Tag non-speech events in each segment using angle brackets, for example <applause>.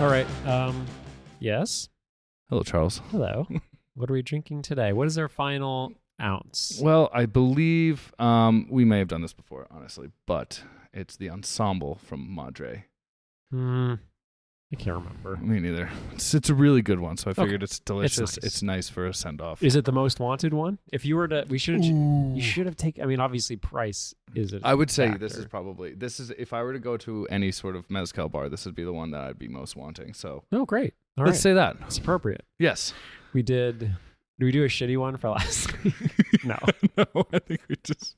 right. Um, yes. Hello, Charles. <laughs> Hello. what are we drinking today? What is our final ounce? Well, I believe um, we may have done this before, honestly, but it's the ensemble from Madre. Hmm. I can't remember. Me neither. It's, it's a really good one, so I figured it's delicious. nice. It's nice, for a send off. Is it the most wanted one? If you were to, we should have. You should have taken. I mean, obviously, price is it. I would say this is probably this is if I were to go to any sort of mezcal bar, this would be the one that I'd be most wanting. So No, great. All right. let's say that. it's appropriate. Yes. We did. Did we do a shitty one for last <laughs> week? <laughs> no. <laughs> no, I think we just.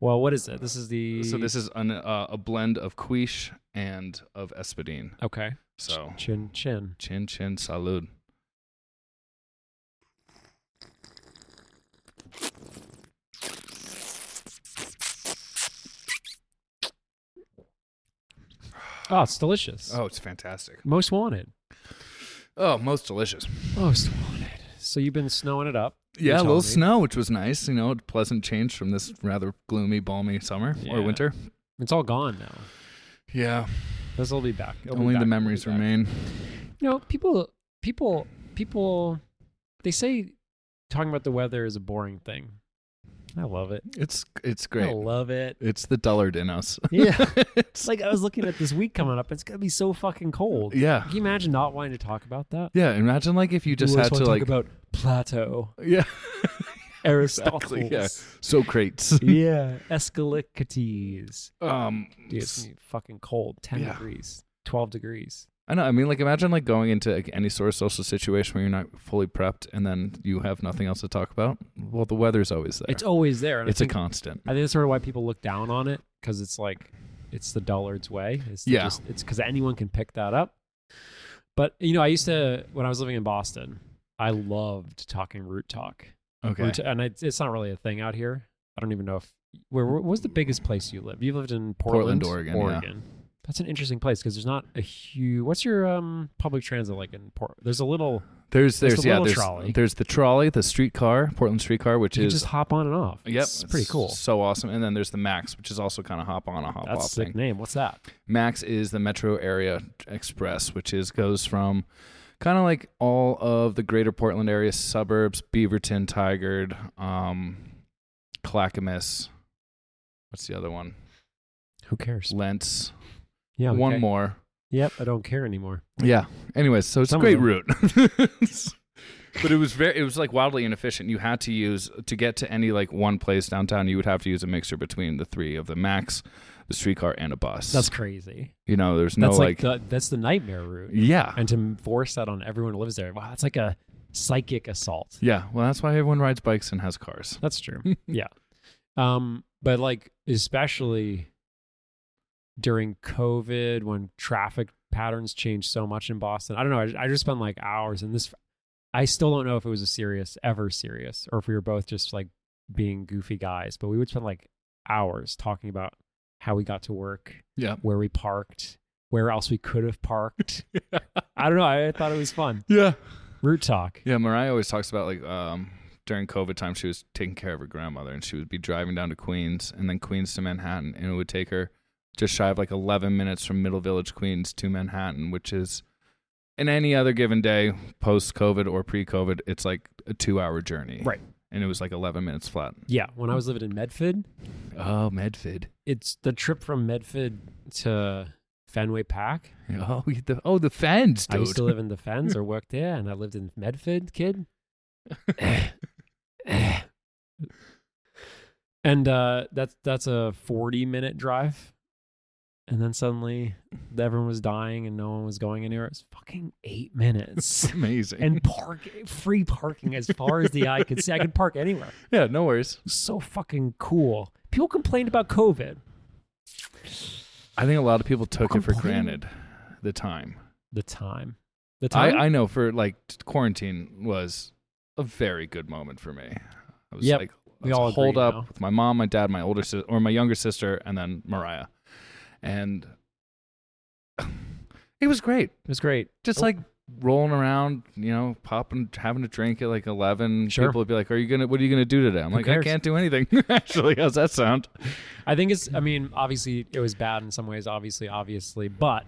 Well, what is it? This is the. So this is an, uh, a blend of quiche and of espadine. Okay. So Chin chin. chin chin salud. Oh, it's delicious. Oh, it's fantastic. Most wanted. Oh, most delicious. Most wanted. So you've been snowing it up. you Yeah, were a little telling me. snow, which was nice. You know, a pleasant change from this rather gloomy, balmy summer Yeah. or winter. It's all gone now. Yeah, This will be back. It'll be only back. the It'll be memories back. remain. You know, people, people, people. They say talking about the weather is a boring thing. I love it. It's it's I great. love <laughs> it. It's the dullard in <laughs> us. Yeah. It's- It's like I was looking at this week coming up. It's gonna be so fucking cold. yeah, Can you imagine not wanting to talk about that? yeah. Imagine like if you just always had to wanna like talk about <laughs> Plato, yeah, Aristotle, yeah. <laughs> Socrates. yeah, Asclepiades. um, Dude, it's gonna be fucking cold. Ten Yeah. degrees, twelve degrees. I know. I mean, like, imagine like going into like, any sort of social situation where you're not fully prepped, and then you have nothing else to talk about. Well, the weather's always there. It's always there. And It's I a think, constant. I think that's sort of why people look down on it because it's like it's the dullard's way. It's to Yeah. just, it's because anyone can pick that up. But you know, I used to when I was living in Boston, I loved talking root talk. Okay. Root- and it's, it's not really a thing out here. I don't even know if where where- what's the biggest place you lived? You lived in Portland, Portland, Oregon, yeah. That's an interesting place because there's not a huge. What's your um public transit like in Port? There's a little. There's There's there's the yeah little there's trolley. there's the trolley, the streetcar, Portland streetcar, which You can is just hop on and off. yep, it's pretty cool. so awesome. And then there's the Max, which is also kind of hop on a hop That's a off sick thing. name. What's that? Max is the Metro Area Express, which is goes from kind of like all of the greater Portland area suburbs, Beaverton, Tigard, um, Clackamas. What's the other one? Who cares? Lentz. Yeah, okay. One more. Yep, I don't care anymore. Yeah. Anyways, so it's Some a of great them. route. <laughs> but it was very it was like wildly inefficient. You had to use to get to any like one place downtown, you would have to use a mixture between the three of the max, the streetcar and a bus. That's crazy. you know, there's no That's like, like, the that's the nightmare route, Yeah. and to force that on everyone who lives there, wow, that's like a psychic assault. yeah. Well that's why everyone rides bikes and has cars. That's true. yeah, um, but like especially during COVID when traffic patterns changed so much in Boston, I don't know. I, I just spent like hours in this. I still don't know if it was a serious, ever serious, or if we were both just like being goofy guys. But we would spend like hours talking about how we got to work, Yeah. where we parked, where else we could have parked. I don't know. I thought it was fun. Yeah. Root talk. Yeah, Mariah always talks about like um during COVID time she was taking care of her grandmother and she would be driving down to Queens and then Queens to Manhattan and it would take her just shy of like eleven minutes from Middle Village, Queens to Manhattan, which is in any other given day, post COVID or pre COVID, it's like a two hour journey. Right. And it was like eleven minutes flat. Yeah. When I was living in Medford, Oh, Medford. it's the trip from Medford to Fenway Park. Oh, we- the oh the fans, I dude. used <laughs> to live in the Fens or worked there, and I lived in Medford, kid. and uh, that's that's a forty-minute drive, and then suddenly everyone was dying and no one was going anywhere. It's fucking eight minutes. <laughs> it's amazing. And park free parking as far as the eye could see. I could park anywhere. yeah, no worries. So fucking cool. People complained about COVID. I think a lot of people took it for Complain. granted the time. The time. The I, time. I know for like t- quarantine was a very good moment for me. I was Yep. like, I We was all holed agree up now. with my mom, my dad, my older sister, or my younger sister, and then Mariah, and <sighs> it was great. it was great. Just like rolling around, you know, popping, having a drink at like eleven. Sure. People would be like, "Are you gonna? What are you gonna do today?" I'm like, "I cares? can't do anything." <laughs> Actually, how's that sound? I think it's. I mean, obviously, it was bad in some ways. Obviously, obviously, but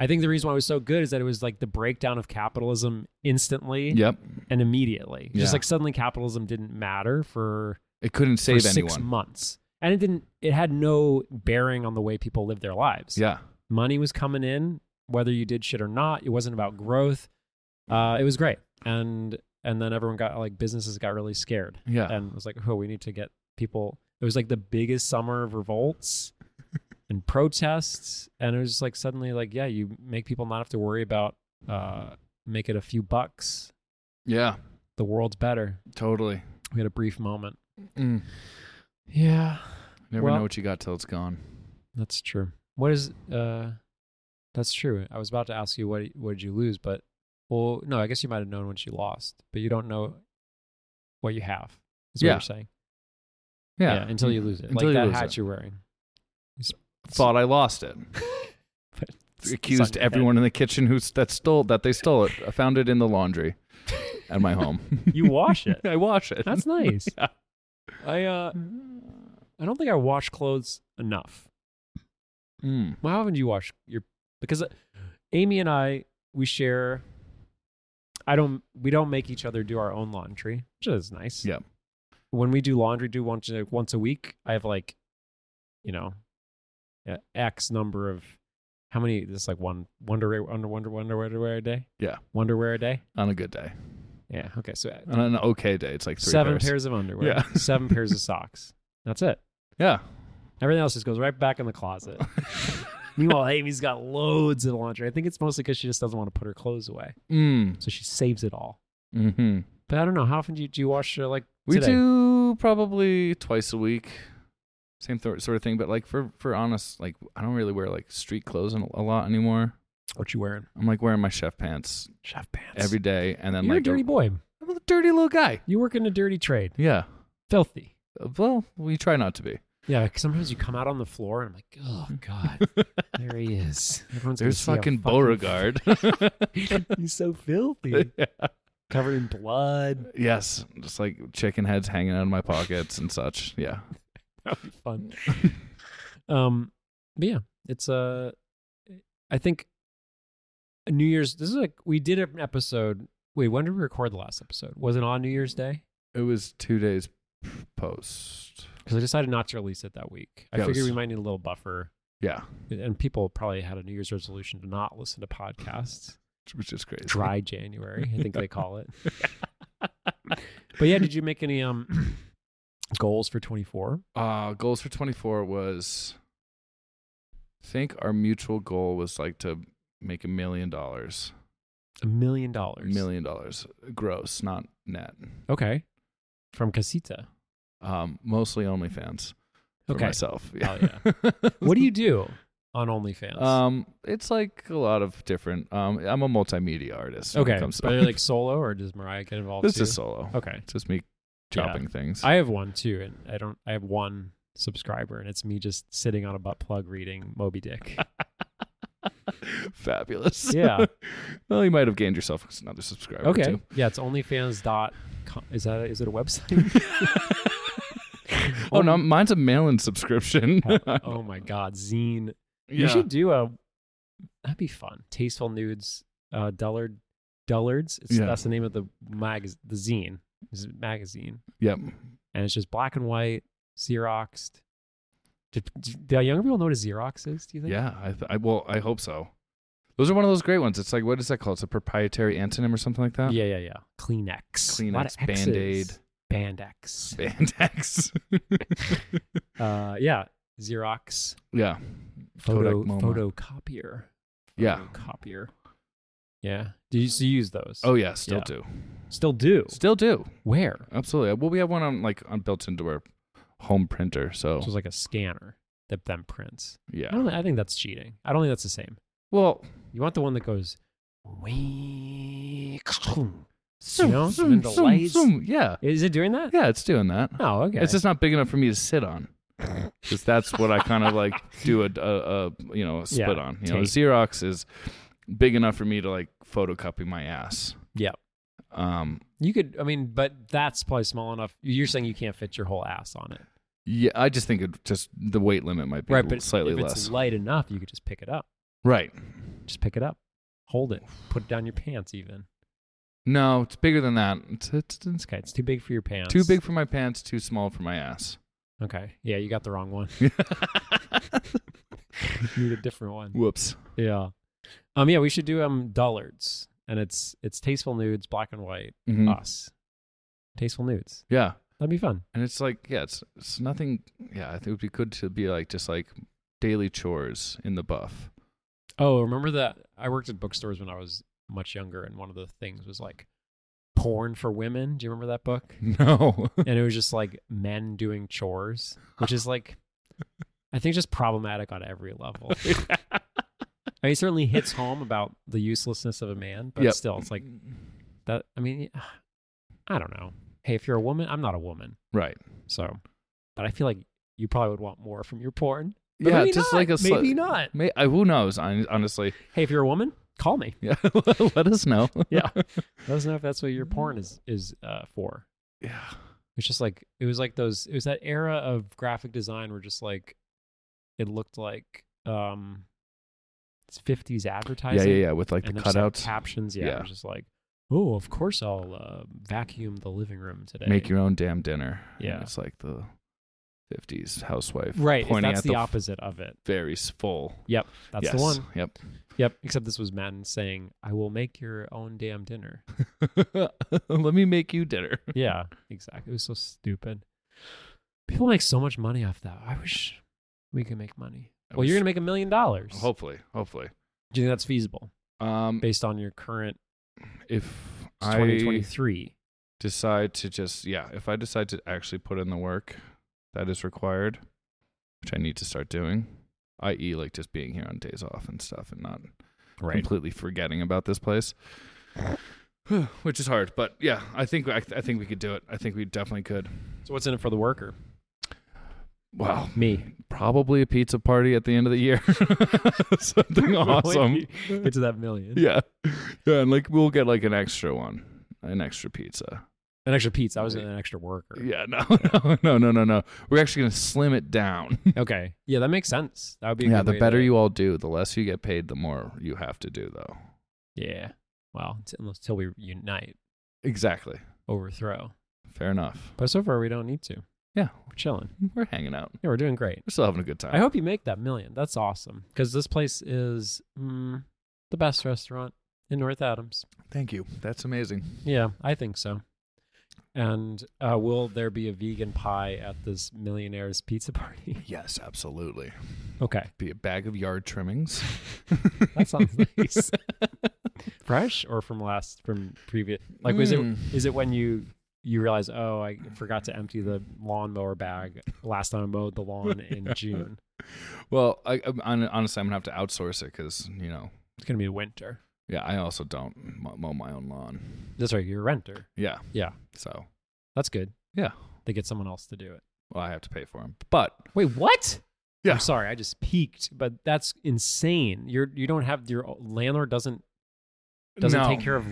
I think the reason why it was so good is that it was like the breakdown of capitalism instantly Yep. and immediately. Yeah. Just like suddenly capitalism didn't matter for, It couldn't for save six anyone. months. And it didn't it had no bearing on the way people lived their lives. Yeah. Money was coming in, whether you did shit or not. It wasn't about growth. Uh, it was great. And and then everyone got like businesses got really scared Yeah. and was like, oh, we need to get people. It was like the biggest summer of <laughs> revolts and protests, and it was just like suddenly, like, yeah, you make people not have to worry about uh, make it a few bucks. yeah. The world's better. Totally. We had a brief moment. Mm. Yeah, Never Well- know what you got till it's gone. that's true. What is? uh That's true. I was about to ask you what what did you lose, but well, no, I guess you might have known what you lost, but you don't know what you have. Is what Yeah. Mm-hmm. you're saying? until you lose it, Until like you that lose hat it. you're wearing. Thought I lost it. But it's- it's on Accused your everyone in the kitchen who s- that stole that they stole it. I found it in the laundry at my home. head. You <laughs> wash it. I wash it. <laughs> Hmm. That's nice. Yeah. I uh, I don't think I wash clothes enough. Mm. Why haven't you washed your? Because uh, Amy and I we share. I don't. We don't make each other do our own laundry, which is nice. Yep. When we do laundry, do once a- once a week. I have like, you know, uh, X number of how many? This is like one wonder wonder wonder wonder wonder wear a day. Yeah. Wonder wear a day. On a good day. Yeah. Okay. So uh, On an okay day, it's like three seven pairs. pairs of underwear. Yeah. <laughs> seven pairs of socks. That's it. Yeah. Everything else just goes right back in the closet. <laughs> Meanwhile, Amy's got loads of laundry. I think it's mostly because she just doesn't want to put her clothes away, Mm. so she saves it all. Mm-hmm. But I don't know. How often do you, do you wash uh, like We today? do probably twice a week, same th- sort of thing. But like for for honest, like I don't really wear like street clothes in- a lot anymore. What you wearing? I'm like wearing my chef pants Chef pants. every day, and then You're like "Oh." a dirty boy. I'm a dirty little guy. You work in a dirty trade. Yeah. Filthy. Uh, Well, we try not to be. Yeah. 'cause sometimes you come out on the floor and I'm like, oh god, <laughs> there he is. Everyone's gonna There's see how fucking <laughs> Beauregard. <laughs> He's so <laughs> filthy, covered in blood. yes, just like chicken heads hanging out of my pockets and such. Yeah. That'd be fun. um, but yeah, it's uh, I think New Year's. This is like we did an episode. Wait, when did we record the last episode? Was it on New Year's Day? It was two days post. Because I decided not to release it that week. I Yeah, it figured was- we might need a little buffer, Yeah, and people probably had a New Year's resolution to not listen to podcasts. which is crazy. <laughs> Dry January, I think they call it. but yeah, did you make any um goals for twenty four? Uh, goals for 24 was I think our mutual goal was like to make a million dollars. A million A dollars. million dollars gross, not net. Okay. From Casita. Um, mostly OnlyFans for Okay. myself. Yeah. Oh, <laughs> What do <laughs> you do on OnlyFans? Um, it's like a lot of different. Um, I'm a multimedia artist. when it okay, comes to- are you like solo or does Mariah get involved? <laughs> this too? is solo. okay. It's just me chopping things. I have one too, and I don't. I have one subscriber, and it's me just sitting on a butt plug reading Moby <laughs> Dick. <laughs> Fabulous. Yeah. <laughs> well, you might have gained yourself another subscriber. okay, too. <laughs> yeah, it's OnlyFans dot. com- Is that a, is it a website? <laughs> Oh Um, no, mine's a mail-in subscription. <laughs> <laughs> oh my God, Zine. You should do a. That'd be fun. Tasteful nudes, uh, Dullard, Dullards. It's, Yeah. That's the name of the mag, the zine, It's a magazine, Yep. and it's just black and white, xeroxed. Do, do, do younger people know what a xerox is? Do you think? Yeah. I, th- I well, I hope so. Those are one of those great ones. It's like what is that called? It's a proprietary antonym or something like that. yeah, yeah, yeah. Kleenex, A lot of Kleenex, X's. Band-Aid. Band-X. Spandex. <laughs> Uh, yeah, xerox, <laughs> yeah. photo, Kodak MoMA. photocopier. Yeah. copier. Yeah. Do you, so you use those? Oh yeah. Still Yeah. do. still do. Still do. Where? Absolutely. Well, we have one on like on built into our home printer. So So it's like a scanner that then prints. I Oh. yeah. don't. I think that's cheating. I don't think that's the same. Well. You want the one that goes. <laughs> wee- You know, and the lights. Yeah. Is it doing that? Yeah. It's doing that. Oh, okay. It's just not big enough for me to sit <laughs> on. Because that's what I kind of like do a, a, a you know a split Yeah, on. You tape. know, Xerox is big enough for me to like photocopy my ass. Yep. Um. you could. I mean, but that's probably small enough. You're saying you can't fit your whole ass on it, Yeah. I just think it just the weight limit might be right? But slightly if less. it's light enough, you could just pick it up. right. Just pick it up, hold it, put it down your pants. Even No, it's bigger than that. It's, it's, it's it's okay. It's too big for your pants. too big for my pants, too small for my ass. Okay. Yeah, you got the wrong <laughs> one. <laughs> you need a different one. Whoops. Yeah. Um. Yeah, we should do um dullards, and it's it's tasteful nudes, black and white, Mhm. us. Tasteful nudes. Yeah. That'd be fun. And it's like, yeah, it's, it's nothing. Yeah, I think it would be good to be like just like daily chores in the buff. <laughs> Oh, remember that I worked at bookstores when I was much younger, and one of the things was like porn for women. Do you remember that <laughs> book? No. and it was just like men doing chores, which is like, I think just problematic on every <laughs> level. I mean, it certainly hits home about the uselessness of a man, but Yep. still, it's like that. I mean, I don't know. Hey, if you're a woman, I'm not a woman, right. so, but I feel like you probably would want more from your porn. But Yeah, maybe just not. like a sli- maybe not. May, I, who knows? hon- Honestly, <laughs> Hey, if you're a woman, call me. yeah. <laughs> Let us know. <laughs> Yeah, let us know if that's what your porn is is uh, for. <laughs> Yeah. It's just like it was like those it was that era of graphic design where just like it looked like um it's 50s advertising. Yeah, yeah, yeah. With like the And there's like cutouts, captions, yeah, it Yeah. was just like, "Oh, of course I'll uh, vacuum the living room today." make your own damn dinner. And Yeah. it's like the '50s housewife, Right, Pointing that's at the, the f- opposite of it. Very s- full. Yep, that's the Yes. one. Yep. Yep, except this was men saying, "I will make your own damn dinner." <laughs> Let me make you dinner. yeah, <laughs> exactly. It was so stupid. People make so much money off that. I wish we could make money. I Well, you're wish- gonna make a million dollars. Hopefully, hopefully. Do you think that's feasible Um, based on your current if I 2023? decide to just yeah, if I decide to actually put in the work that is required, which I need to start doing, i.e., like just being here on days off and stuff, and not completely forgetting about this place, <sighs> which is hard. But yeah, I think I, I think we could do it. I think we definitely could. <laughs> So what's in it for the worker? Wow, <laughs> Me. probably a pizza party at the end of the year, <laughs> <laughs> something <laughs> awesome. Get to that million. Yeah, yeah, and like we'll get like an extra one, an extra pizza. An extra pizza. I was an extra worker. Yeah, no, <laughs> no, no, no, no, no. We're actually gonna slim it down. Okay. Yeah, that makes sense. That would be. A yeah, good the way better to- you all do, the less you get paid, the more you have to do, though. Yeah. Well, it's- until we unite, Exactly. overthrow. Fair enough. But so far, we don't need to. Yeah, We're chilling. we're hanging out. Yeah, we're doing great. We're still having a good time. I hope you make that million. That's awesome because this place is mm, the best restaurant in North Adams. Thank you. That's amazing. Yeah, I think so. And uh, will there be a vegan pie at this millionaire's pizza party? <laughs> Yes, absolutely. okay, Be a bag of yard trimmings. that sounds nice. <laughs> Fresh or from last from previous? <laughs> Like, was it Mm. is it when you you realize oh I forgot to empty the lawnmower bag last time I mowed the lawn in June? Well, I, I'm- hon- honestly, I'm gonna have to outsource it because you know, It's gonna be winter. yeah, I also don't m- mow my own lawn. That's right, you're a renter. Yeah, Yeah. So, That's good. Yeah. they get someone else to do it. well, I have to pay for them, but Wait, what? Yeah. I'm sorry, I just peeked, but that's insane. You're you don't have your landlord doesn't doesn't No. take care of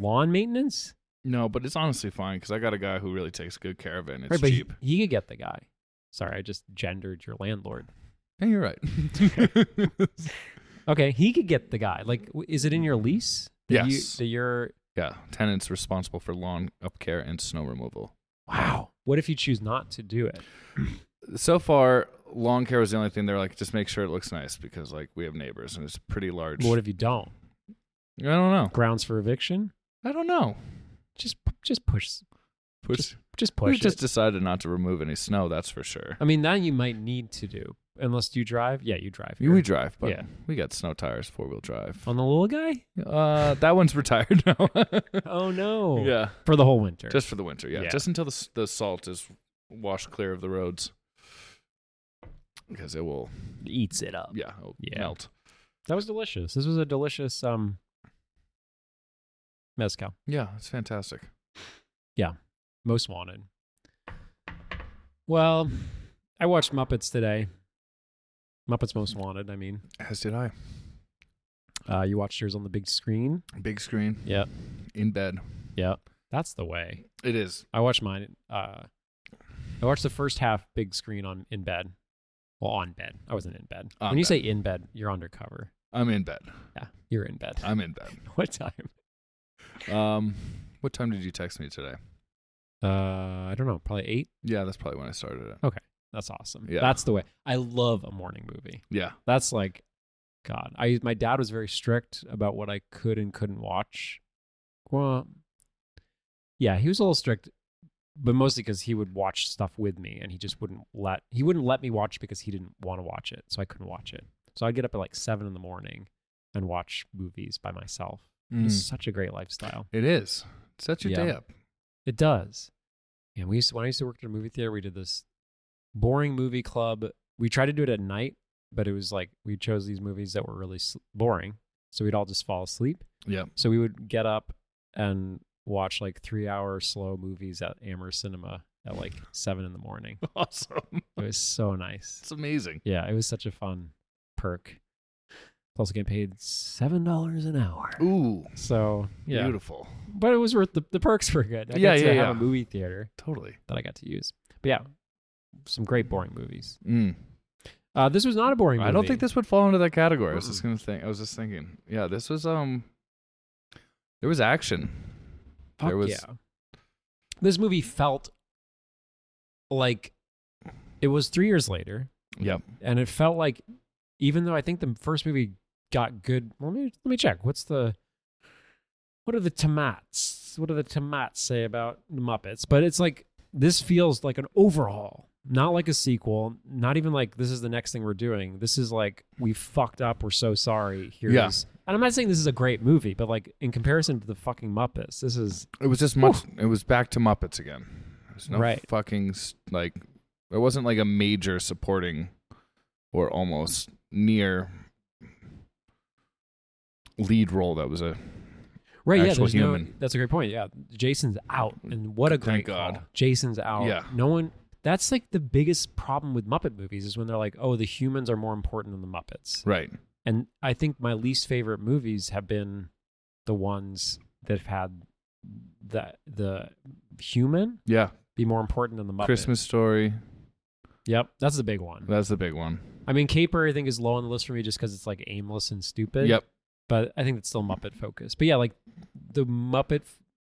lawn maintenance, No, but it's honestly fine because I got a guy who really takes good care of it. and It's but <laughs> cheap. He, he could get the guy. Sorry, I just gendered your <laughs> landlord. Yeah, you're right. <laughs> Okay, he could get the guy. Like, w- is it in your lease? That you, Yes. that you're. yeah, tenants responsible for lawn up care and snow removal. Wow. What if you choose not to do it? So far, lawn care was the only thing they're like, just make sure it looks nice because like we have neighbors and it's pretty large. What if you don't? I don't know. Grounds for eviction? I don't know. Just just push Push- just we push just uh, it. decided not to remove any snow. That's for sure. I mean, that you might need to do unless you drive. Yeah, you drive. We- here. We drive, but Yeah. Um, we got snow tires, four wheel drive. on the little guy? Uh, that one's retired now. <laughs> Oh no. yeah, For the whole winter. just for the winter. Yeah, Yeah. just until the s- the salt is washed clear of the roads, because it will. eats it up. Yeah, it'll Yeah. melt. That was delicious. This was a delicious um mezcal. Yeah, it's fantastic. Most wanted. Well, I watched Muppets today. Muppets Most Wanted, I mean. As did I. Uh you watched yours on the big screen. Big screen. Yep. In bed. Yeah. That's the way. It is. I watched mine uh I watched the first half big screen on in bed. Well, on bed. I wasn't in bed. On when you bed. say in bed, you're undercover. I'm in bed. Yeah, you're in bed. <laughs> I'm in bed. what time? Um, what time did you text me today? Uh, I don't know. Probably eight. Yeah, that's probably when I started it. That's awesome. Yeah. That's the way. I love a morning movie. Yeah. That's like, God. I my dad was very strict about what I could and couldn't watch. Well, yeah, he was a little strict, but mostly because he would watch stuff with me, and he just wouldn't let he wouldn't let me watch because he didn't want to watch it, so I couldn't watch it. So I'd get up at like seven in the morning and watch movies by myself. It's Mm. such a great lifestyle. It is. It sets your Yeah. day up. <laughs> It does. And we used to, when I used to work at a movie theater, we did this boring movie club. We tried to do it at night, but it was like we chose these movies that were really s- boring, so we'd all just fall asleep. Yep. So we would get up and watch like three-hour slow movies at Amherst Cinema at <laughs> like seven in the morning. Awesome. It <laughs> was so nice. It's amazing. Yeah, it was such a fun perk. Plus, getting paid seven dollars an hour. Ooh, So yeah, beautiful. but it was worth the, the perks were good. I got Yeah, to yeah, have yeah. a movie theater Totally. that I got to use. But yeah, some great boring movies. Mm. Uh, this was not a boring movie. I don't think this would fall into that category. I was just Mm-mm. gonna think. I was just thinking. Yeah, this was um. There was action. Fuck there was yeah. This movie felt like it was three years later, yeah. and it felt like even though I think the first movie got good. Let me let me check. What's the what are the tomats? What do the tomats say about the Muppets? But it's like this feels like an overhaul, not like a sequel, not even like this is the next thing we're doing. This is like we fucked up. We're so sorry. Here's Yeah. and I'm not saying this is a great movie, but like in comparison to the fucking Muppets, this is It was just much. It was back to Muppets again. There's no Right. fucking s- like. It wasn't like a major supporting, or almost near lead role. That was a right. yeah, Actual there's no- human. that's a great point. Yeah, Jason's out, and what a great Thank God. call. Jason's out. Yeah. no one. That's like the biggest problem with Muppet movies is when they're like, oh, the humans are more important than the Muppets. right. And I think my least favorite movies have been the ones that have had the the human Yeah, be more important than the Muppet. Christmas Story. Yep, that's the big one. That's the big one. I mean, Caper I think is low on the list for me just because it's like aimless and stupid. Yep. But I think it's still Muppet focused. But yeah, like the Muppet,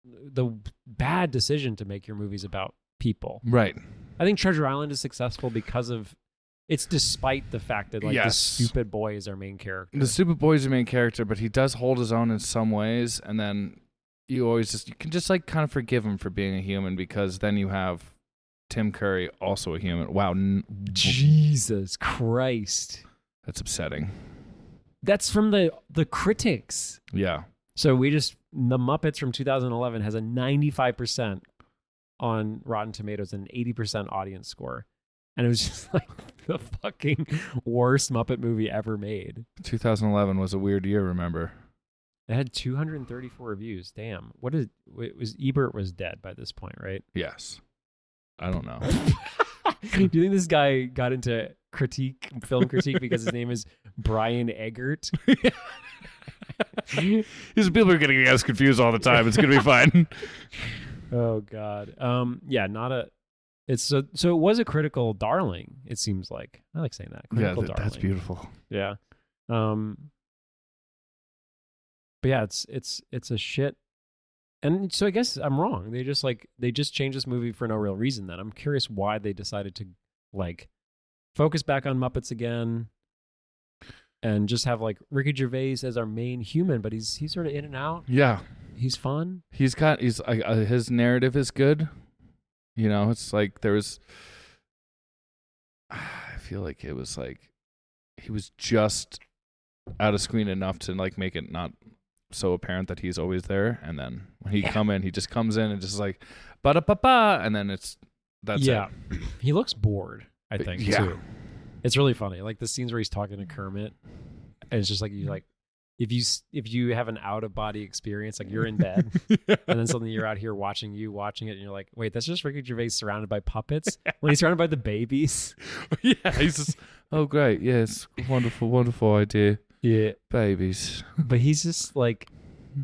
the bad decision to make your movies about people. Right. I think Treasure Island is successful because of it's despite the fact that like Yes. this stupid boy is our main character. The stupid boy's the main character, but he does hold his own in some ways, and then you always just you can just like kind of forgive him for being a human because then you have Tim Curry also a human. Wow, n- Jesus Christ. that's upsetting. That's from the the critics. Yeah, So we just the Muppets from 2011 has a 95% on Rotten Tomatoes and an 80% audience score. And it was just <laughs> like the fucking worst Muppet movie ever made. 2011 was a weird year. Remember? It had 234 reviews. Damn. What is it was Ebert was dead by this point, <laughs> right? Yes. I don't know. Do you think this guy got into critique, film critique because his name is Brian <laughs> Eggert? <laughs> These people are getting us confused all the time. It's gonna be fine. Oh God. Um. Yeah. Not a. It's so. So it was a critical darling. It seems like I like saying that. <laughs> yeah, Critical that- that's darling. beautiful. Yeah. Um. But yeah, it's it's it's a shit. And so I guess I'm wrong. They just like they just changed this movie for no real reason. Then I'm curious why they decided to like focus back on Muppets again, and just have like Ricky Gervais as our main human, but he's he's sort of in and out. Yeah, He's fun. he's got he's I uh, his narrative is good you know it's like there was <sighs> i feel like it was like he was just out of screen enough to like make it not so apparent that he's always there and then when he come in he just comes in and just like ba da ba ba and then it's that's yeah. it he looks bored. I think yeah too. It's really funny. Like the scenes where he's talking to Kermit, and it's just like you like if you s- if you have an out of body experience, like you're in <laughs> bed, and then suddenly you're out here watching you watching it, and you're like, wait, that's just Ricky Gervais surrounded by <laughs> puppets when he's surrounded by the babies. yeah he's just oh great yes wonderful wonderful idea Yeah, babies but he's just like,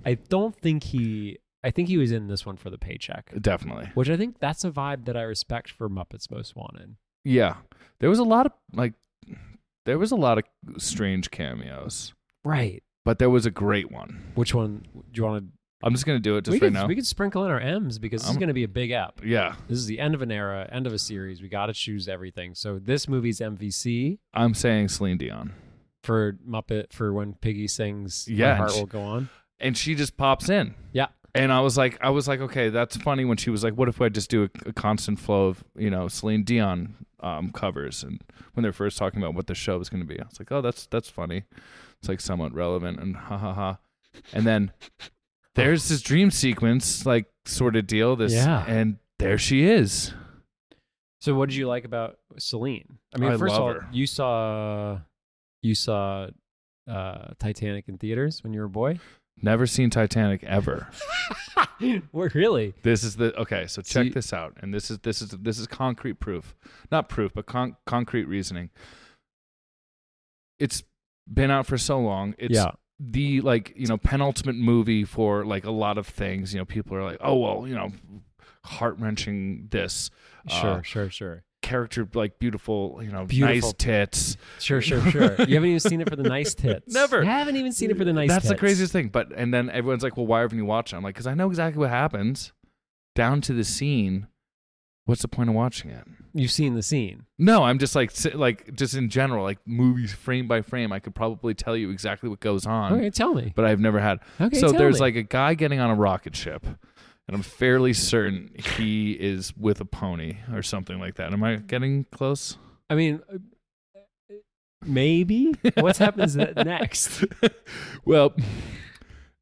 I don't think he. I think he was in this one for the paycheck, definitely which I think that's a vibe that I respect for Muppets Most Wanted. Yeah. There was a lot of like there was a lot of strange cameos. Right. But there was a great one. Which one do you want to? I'm just gonna do it just we right could now. we could sprinkle in our M's because this is I'm- going to be a big app. yeah, This is the end of an era, end of a series. We got to choose everything. So this movie's MVC I'm saying Celine Dion, for Muppet for when Piggy sings. My Yeah, and heart she- will go on. and she just pops in. Yeah. And I was like, I was like, okay, that's funny. When she was like, what if I just do a, a constant flow of you know Celine Dion um, covers? And when they're first talking about what the show was going to be, I was like, oh, that's that's funny. It's like somewhat relevant and ha ha ha. And then there's this dream sequence, like sort of deal. This Yeah. and there she is. So what did you like about Celine? I mean, I first of all, love her. you saw you saw uh, Titanic in theaters when you were a <laughs> boy. Never seen Titanic ever. What really? This is the okay. So check See- this out, and this is this is this is concrete proof, not proof, but con- concrete reasoning. It's been out for so long. It's yeah. the like you know penultimate movie for like a lot of things. You know, people are like, oh well, you know, heart wrenching this uh, Sure. sure. Sure. character, like beautiful, you know, Beautiful. nice tits. Sure. <laughs> Sure. Sure. you haven't even seen it for the nice tits. Never. You haven't even seen it for the nice. That's the tits. craziest thing. But and then everyone's like, well, why haven't you watched it? I'm like, because I know exactly what happens, down to the scene. What's the point of watching it? You've seen the scene. No, I'm just like si- like just in general, like movies frame by frame. I could probably tell you exactly what goes on, okay. Tell me. but I've never had. Okay. so tell there's me. like a guy getting on a rocket ship, and I'm fairly certain he is with a pony or something like that. Am I getting close? I mean, uh, maybe. what happens <laughs> ne- next? Well,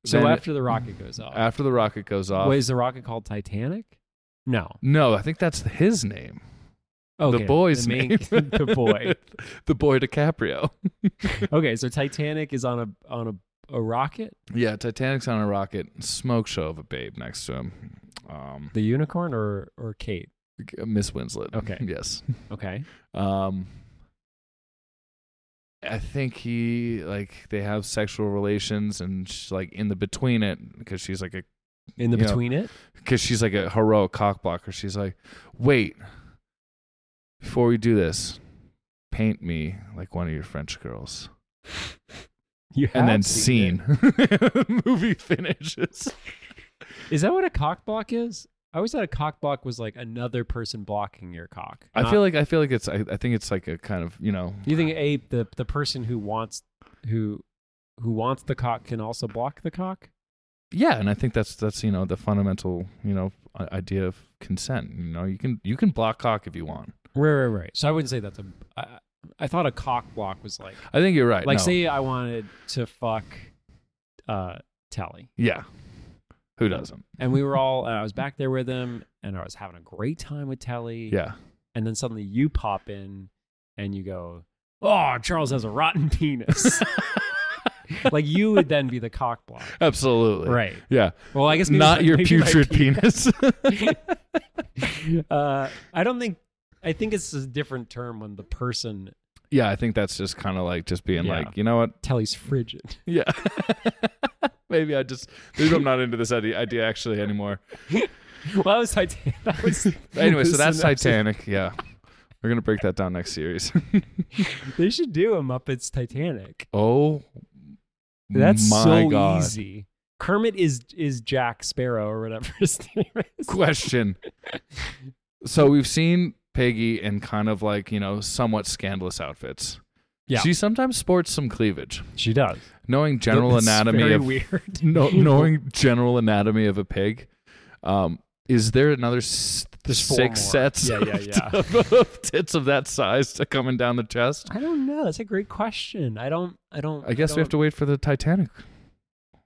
So then after the rocket goes off, after the rocket goes off, wait, is the rocket called Titanic? No. no, I think that's his name, Okay. the boy's main- name, <laughs> the boy. <laughs> the boy DiCaprio. Okay, so Titanic is on a on a, a rocket. Yeah, Titanic's on a rocket, smoke show of a babe next to him. Um, The unicorn or or Kate. Miss Winslet. Okay. <laughs> Yes. Okay. Um, I think he like they have sexual relations and she's like in the between it because she's like a In the Yeah. between it. because she's like a heroic cock blocker. She's like, wait, before we do this, paint me like one of your French girls, You and then have seen scene. <laughs> Movie finishes. it. Is that what a cock block is? I always thought a cock block was like another person blocking your cock. I feel like I feel like it's I, I think it's like a kind of you know you think a the the person who wants who who wants the cock can also block the cock. yeah and i think that's that's you know the fundamental you know i- idea of consent you know you can you can block cock if you want Right, right, right. So I wouldn't say that's a. I, I thought a cock block was like i think you're right like no. say I wanted to fuck, uh, Tally. yeah who doesn't and we were all and I was back there with him and I was having a great time with Telly. yeah And then suddenly you pop in and you go, Oh, Charles has a rotten <laughs> penis. like you would then be the cock block. absolutely Right. yeah Well, I guess maybe not my- your maybe my putrid penis <laughs> pe- uh, I don't think I think it's a different term when the person yeah i think that's just kind of like just being Yeah. like you know what Telly's frigid. <laughs> yeah maybe i just maybe i'm not into this idea, idea actually anymore well, that was Titanic. <laughs> That was anyway so that's synopsis. titanic yeah we're gonna break that down next series <laughs> They should do a Muppets Titanic. oh That's my so God. easy. Kermit is is Jack Sparrow or whatever <laughs> his name is. question. So we've seen Peggy in kind of like, you know, somewhat scandalous outfits. Yeah. She sometimes sports some cleavage. She does. Knowing general It's anatomy very <laughs> of weird. no, knowing general anatomy of a pig, um, is there another s- There's four six more. sets Yeah, <laughs> yeah, yeah. of, of tits of that size to coming down the chest? I don't know. That's a great question. I don't. I don't. I guess we have to wait for the Titanic.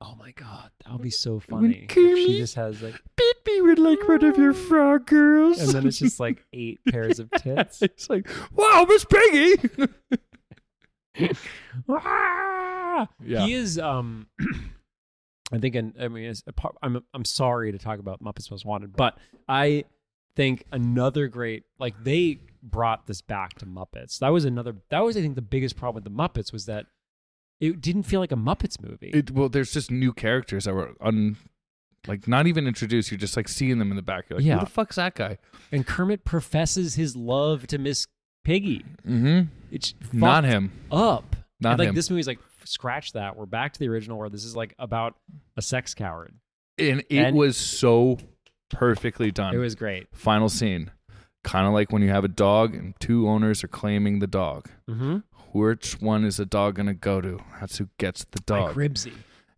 Oh my god, that would be so When funny. If she Kermit- just has like, Beat me with like one of your frog girls. and <laughs> then it's just like eight pairs of tits. <laughs> it's like, wow, Miss Peggy. Ah! <laughs> yeah. He is. Um, <clears throat> I think. An, I mean, it's a par- I'm. I'm sorry to talk about Muppets Most Wanted, but I think another great like they brought this back to Muppets. That was another. That was I think the biggest problem with the Muppets was that it didn't feel like a Muppets movie. It well, there's just new characters that were un, like not even introduced. You're just like seeing them in the back. You're like, Yeah. who the fuck's that guy? and Kermit professes his love to Miss Piggy. Mm-hmm. It's Not fucked him. Up. Not And, like him. this movie's like scratch that. We're back to the original where this is like about a sex coward. and it And- was so perfectly done. It was great. Final scene, kind of like when you have a dog and two owners are claiming the dog. Mm-hmm. Which one is the dog gonna go to? That's who gets the dog. Like Ribsy.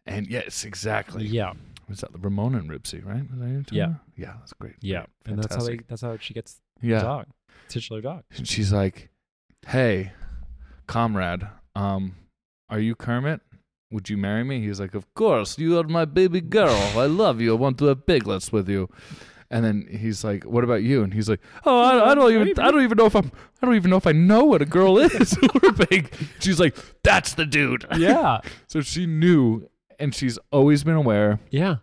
and yes, exactly. yeah, Was that Ramona and Ripsy, right? Was that you two? Yeah. yeah, that's great. yeah. Great. And that's how they. Fantastic. That's how she gets yeah. the dog, titular <laughs> dog. And she's like, "Hey, comrade, um, are you Kermit? Would you marry me?" He's like, "Of course, you are my baby girl. I love you. I want to have piglets with you." And then he's like, "What about you?" And he's like, "Oh, I, I don't even. I don't even know if I'm. I don't even know if I know what a girl is <laughs> or big." She's like, "That's the dude." Yeah, <laughs> So she knew, and she's always been aware. yeah.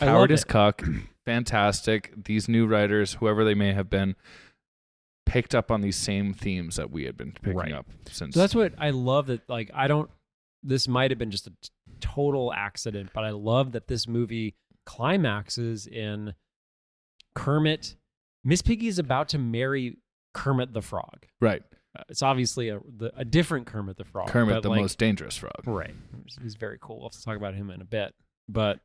I loved Cowardice it. cuck, <clears throat> fantastic. These new writers, whoever they may have been, picked up on these same themes that we had been picking Right. up since. So that's what I love that like I don't this might have been just a t- total accident, but I love that this movie climaxes in Kermit Miss Piggy is about to marry Kermit the Frog. right. Uh, it's obviously a the, a different Kermit the Frog. Kermit, but, the like, most dangerous frog. right. He's very cool. We'll have to talk about him in a bit. But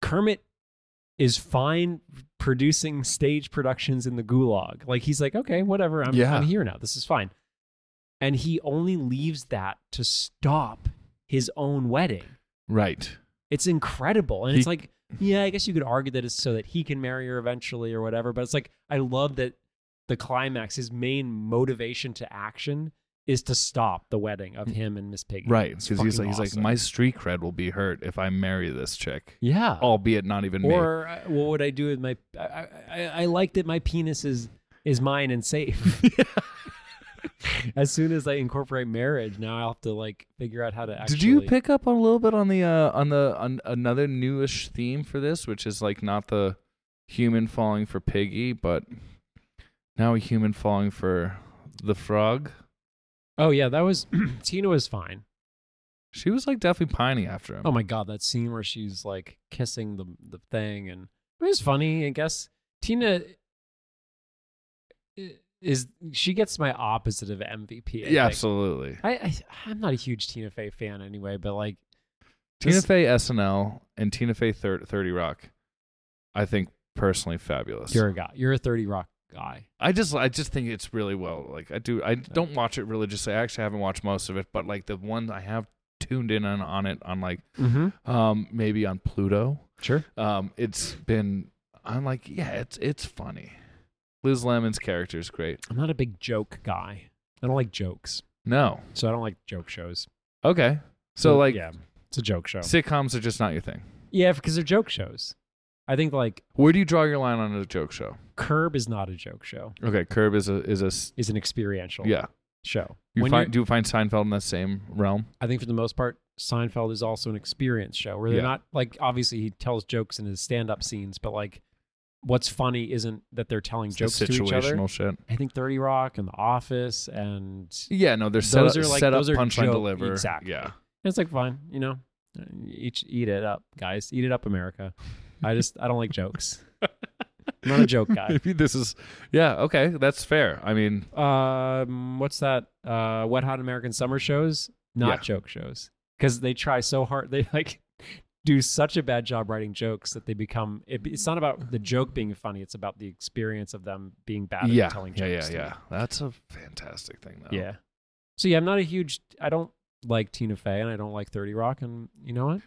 Kermit is fine producing stage productions in the gulag. Like he's like, okay, whatever. I'm, Yeah. I'm here now. This is fine. And he only leaves that to stop his own wedding. Right. It's incredible. And He- it's like, yeah, I guess you could argue that it's so that he can marry her eventually or whatever. But it's like, I love that the climax, his main motivation to action is to stop the wedding of him and Miss Piggy. Right. It's Because he's fucking like, he's like, awesome. my street cred will be hurt if I marry this chick, yeah. albeit not even me. Uh, or uh, what would I do with my? I, I, I- I like that my penis is is mine and <laughs> safe. <laughs> as soon as I incorporate marriage, now I'll have to like figure out how to. Actually, Did you pick up a little bit on the uh, on the on another newish theme for this, which is like not the human falling for piggy, but now a human falling for the frog? Oh yeah, that was <clears throat> Tina was fine. She was like definitely pining after him. Oh my god, that scene where she's like kissing the the thing, and it was funny. I guess Tina i- is she gets my opposite of MVP. I yeah, think. absolutely. I, I I'm not a huge Tina Fey fan anyway, but like Tina this- Fey SNL and Tina Fey thir- 30 Rock, I think personally fabulous. you're a guy, you're a Thirty Rock guy. I just I just think it's really well. Like I do I don't watch it religiously. I actually haven't watched most of it, but like the one I have tuned in on, on it on like Mm-hmm. um maybe on Pluto. Sure. Um it's been I'm like, yeah, it's it's funny. Liz Lemon's character is great. I'm not a big joke guy. I don't like jokes, No. so I don't like joke shows. Okay. So like yeah, it's a joke show. sitcoms are just not your thing. Yeah, because they're joke shows. I think like Where do you draw your line on a joke show? Curb is not a joke show. Okay, Curb is a is a s- It's an experiential yeah. show. You When find you're- do you find Seinfeld in that same realm? I think for the most part, Seinfeld is also an experience show where they're Yeah. not like obviously he tells jokes in his stand-up scenes, but like what's funny isn't that they're telling It's the jokes to each other. situational shit. I think Thirty Rock and The Office, and Yeah, no, they're set Those up, are like- set up those are punchline joke- deliver. exactly. Yeah. <laughs> it's like fine, you know, each eat it up, guys, eat it up, America. I just I don't like jokes. I'm not a joke guy. Maybe this is yeah, okay, that's fair. I mean, Um, what's that? Uh, Wet Hot American Summer shows, not Yeah. joke shows, because they try so hard. They <laughs> like do such a bad job writing jokes that they become. It, it's not about the joke being funny. It's about the experience of them being bad at yeah, telling yeah, yeah, jokes. to yeah. Oh. That's a fantastic thing though. me. yeah. So yeah, I'm not a huge. I don't like Tina Fey, and I don't like Thirty Rock, and you know what?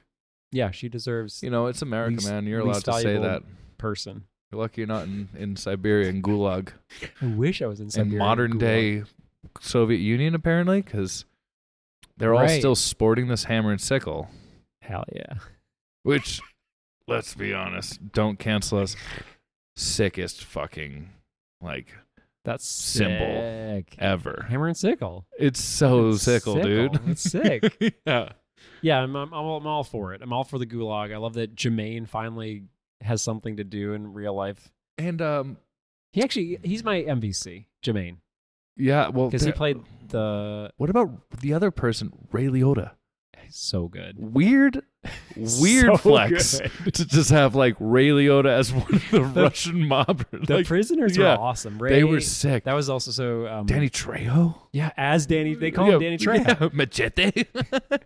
Yeah, she deserves You know, it's America, Least- man. You're allowed least to say valuable- that. person. You're lucky you're not in, in Siberia <laughs> and Gulag I wish I was in and Siberian modern gulag. day Soviet Union apparently cuz they're all Right. still sporting this hammer and sickle, Hell yeah. which let's be honest, don't cancel us. Sickest fucking like That's Symbol. sick. ever. Hammer and sickle. It's so It's sickle, dude. It's <laughs> sick. yeah. yeah, I'm, I'm, I'm, all, I'm all for it. I'm all for the gulag. I love that Jermaine finally has something to do in real life. And um He actually, he's my MVC, Jermaine, yeah, well because he there- played the What about the other person, Ray Liotta? <laughs> so good. Weird Weird So flex good. <laughs> to just have like Ray Liotta as one of the, <laughs> The- Russian mobbers. The Like, prisoners yeah. were awesome. Ray, they were sick. That was also so. Um, Danny Trejo. Yeah, as Danny, they call yeah, him Danny Trejo. Yeah, machete. <laughs>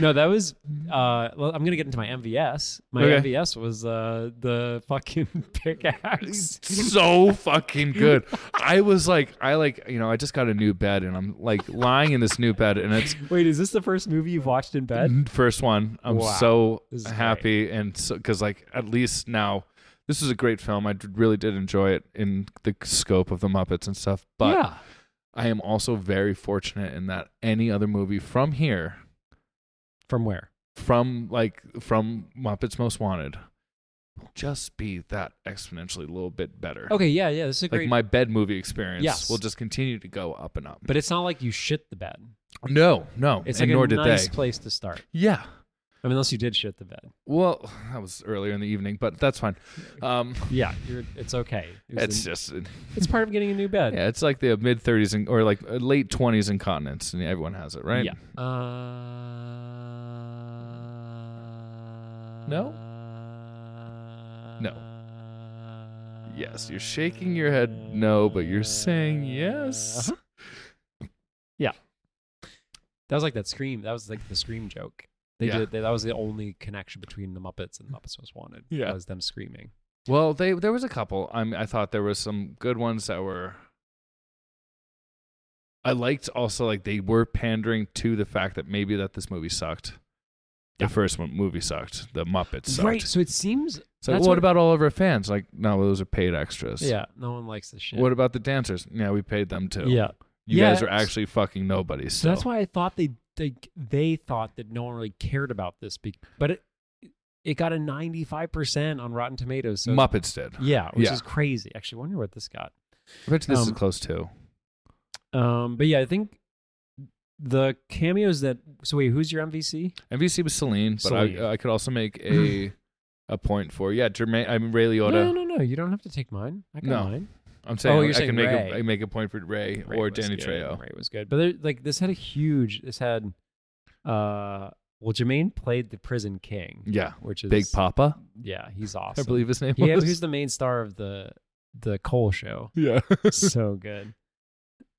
No, that was. Uh, well, I'm gonna get into my MVS. My Okay. MVS was uh, the fucking <laughs> pickaxe. so fucking good. I was like, I like, you know, I just got a new bed and I'm like lying in this new bed and it's Wait, is this the first movie you've watched in bed? first one. I'm Wow. so This is happy and so because like at least now this is a great film. I d- really did enjoy it in the scope of the Muppets and stuff. But yeah. I am also very fortunate in that any other movie from here, From where? from like from Muppets Most Wanted, will just be that exponentially a little bit better. Okay, yeah, yeah. This is a Like great. my bed movie experience Yes. will just continue to go up and up. but it's not like you shit the bed. No, no. It's and like nor a did nice they. place to start. Yeah. I mean, unless you did shit the bed. Well, that was earlier in the evening, but that's fine. Um, Yeah, you're, it's okay. It was it's in- just it's part of getting a new bed. yeah, it's like the mid 30s and or like uh, late 20s incontinence, and everyone has it, right? Yeah. Uh, No? Yes, you're shaking your head no, but you're saying yes. Uh-huh. Yeah. That was like that scream. That was like the scream joke. They Yeah. did. They, that was the only connection between the Muppets and Muppets Most Wanted. Yeah. Was them screaming. Well, they there was a couple. I I thought there was some good ones that were. I liked also like they were pandering to the fact that maybe that this movie sucked. Yeah. The first one movie sucked. The Muppets sucked. Right. So it seems. It's like, That's what, what- about all of our fans? Like, no, those are paid extras. Yeah. No one likes this shit. What about the dancers? Yeah, we paid them too. yeah. You Yeah. guys are actually fucking nobodies. So that's still. why I thought they they they thought that no one really cared about this, be- but it it got a ninety five percent on Rotten Tomatoes. So Muppets did. yeah, which Yeah. is crazy. Actually, I wonder what this got. I bet you this is Um, close too. Um, but yeah, I think the cameos that. So wait, who's your MVC? MVC was Celine, but Celine. I, I could also make <clears throat> a a point for yeah, Jermaine. I mean Ray Liotta. No, no, no. You don't have to take mine. I got No. mine. I'm saying Oh, I you're saying can make Ray. a I make a point for Ray, Ray or was Danny good. Trejo. Ray was good, but there, like this had a huge. This had, uh, well, Jermaine played the prison king, Yeah, which is Big Papa, Yeah, he's awesome. <laughs> I believe his name Yeah, was. who's the main star of the the Cole show? <laughs> yeah. so good.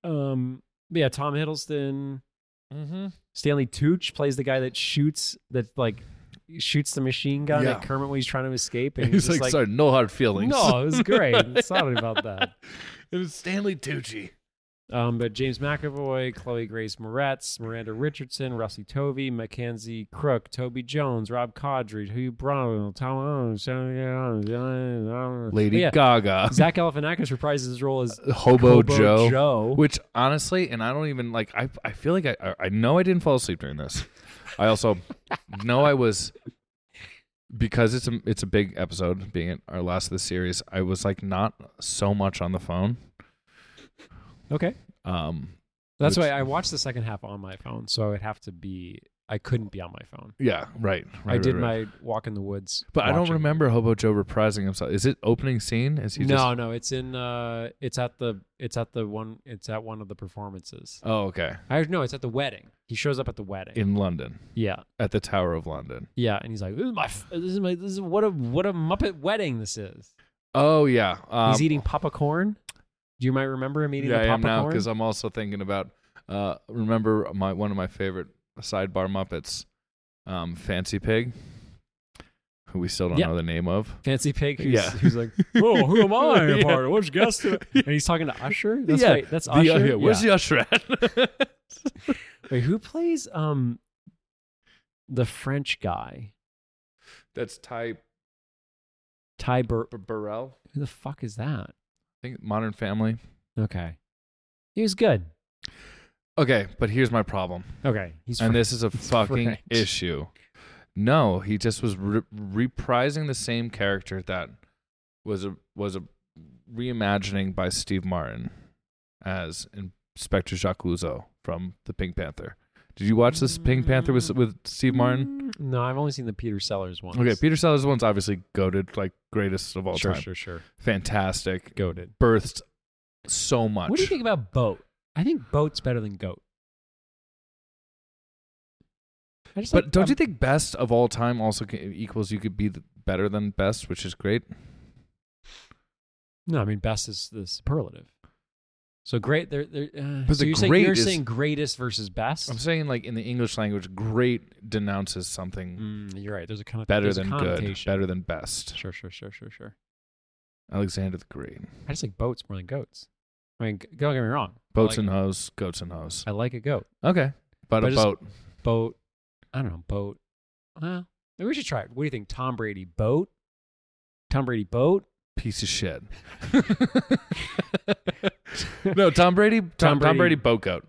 Um, but yeah, Tom Hiddleston, mm-hmm. Stanley Tooch plays the guy that shoots that like shoots the machine gun at Yeah. Kermit when he's trying to escape, and <laughs> <laughs> He's, he's, like, just like, sorry, no hard feelings. no, it was great. It's not about that. <laughs> it was Stanley Tucci. Um, but James McAvoy, Chloe Grace Moretz, Miranda Richardson, Rusty Tovey, Mackenzie Crook, Toby Jones, Rob Codry, Hugh Brown, Tom, Lady yeah, Gaga, Zach Galifianakis reprises his role as <laughs> Hobo, Hobo Joe. Joe. Which honestly, and I don't even like. I I feel like I I- I know I didn't fall asleep during this. <laughs> I also know I was because it's a it's a big episode, being it our last of the series. I was like not so much on the phone. Okay, Um, that's Which- why I watched the second half on my phone, so I would have to be. I couldn't be on my phone. yeah, right. right I did right, right. my walk in the woods, But I don't watching. remember Hobo Joe reprising himself. Is it opening scene? Is he no, just? no, it's in. uh It's at the. It's at the one. It's at one of the performances. Oh, okay. I no, it's at the wedding. He shows up at the wedding. In London, yeah, at the Tower of London. yeah, and he's like, "This is my. f- This is my. This is what a what a Muppet wedding this is." Oh yeah, um, he's eating papa corn. Do you might remember him eating yeah, the I papa am now corn? because I'm also thinking about. Uh, remember my one of my favorite sidebar Muppets, um, Fancy Pig, who we still don't Yeah. know the name of. Fancy pig. Who's, Yeah. who's <laughs> like, "Whoa, Oh, who am I? a <laughs> Yeah. part of? Which guest?" <laughs> am I?" And he's talking to Usher. That's Yeah, right. That's The- uh, Usher. yeah, where's the Usher <laughs> at? Wait, who plays um the French guy? That's Ty Ty Bur- B- Burrell. Who the fuck is that? I think Modern Family. Okay, he was good. Okay, but here's my problem, Okay, he's and this is a He's fucking French. issue. No, he just was re- reprising the same character that was a was a reimagining by Steve Martin as Inspector Jacques Luzo from the Pink Panther. Did you watch this Pink Panther with with Steve Martin? Mm, No, I've only seen the Peter Sellers one. Okay, Peter Sellers one's obviously goaded, like greatest of all sure, time. sure, sure. Fantastic, Goated. birthed so much. What do you think about Boat? I think Boat's better than Goat. I just But like- don't I'm- you think best of all time also ca- equals you could be the better than best, which is great? No, I mean best is the superlative. So great. There, there. Uh, But so the you're saying great you're is- saying greatest versus best. I'm saying like in the English language, great denounces something Mm, you're right. There's a kind of better there's a than good, connotation. better than best. Sure, sure, sure, sure, sure. Alexander the Great. I just like boats more than goats. I mean, g- don't get me wrong. Boats like and it. hoes, goats and hoes. I like a goat. Okay. But, But a just- boat. Boat. I don't know. Boat. Well, maybe we should try it. What do you think? Tom Brady boat. Tom Brady boat. <laughs> Piece of shit. <laughs> no, Tom Brady Tom, Tom Brady. Brady. boat goat.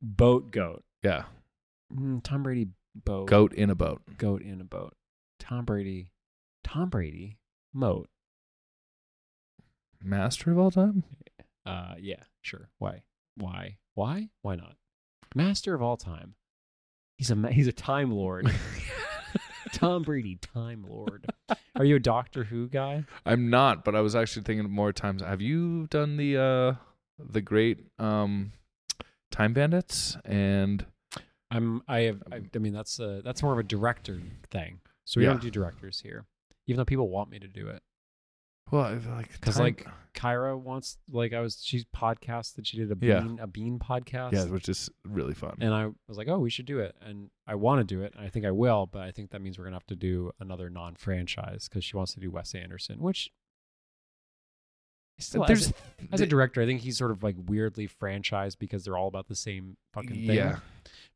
Boat goat. Yeah. Mm, Tom Brady boat. Goat in a boat. Goat in a boat. Tom Brady. Tom Brady moat. Master of all time? Uh, yeah, sure. Why? Why? Why? Why not? Master of all time. He's a ma- he's a time <laughs> lord. Tom Brady, time lord. Are you a Doctor Who guy? I'm not, but I was actually thinking more times. Have you done the uh the great um time bandits and I'm. I have. I, I mean, that's a that's more of a director thing. So we Yeah. don't do directors here, even though people want me to do it. well I feel like 'Cause, time- like, Kyra wants like I was. She's podcasted. She did a bean Yeah. a bean podcast. yeah which is really fun And I was like, oh, we should do it. And I want to do it. And I think I will. But I think that means we're going to have to do another non franchise because she wants to do Wes Anderson, which. Still, there's as, a, as a director, I think he's sort of like weirdly franchised because they're all about the same fucking thing. yeah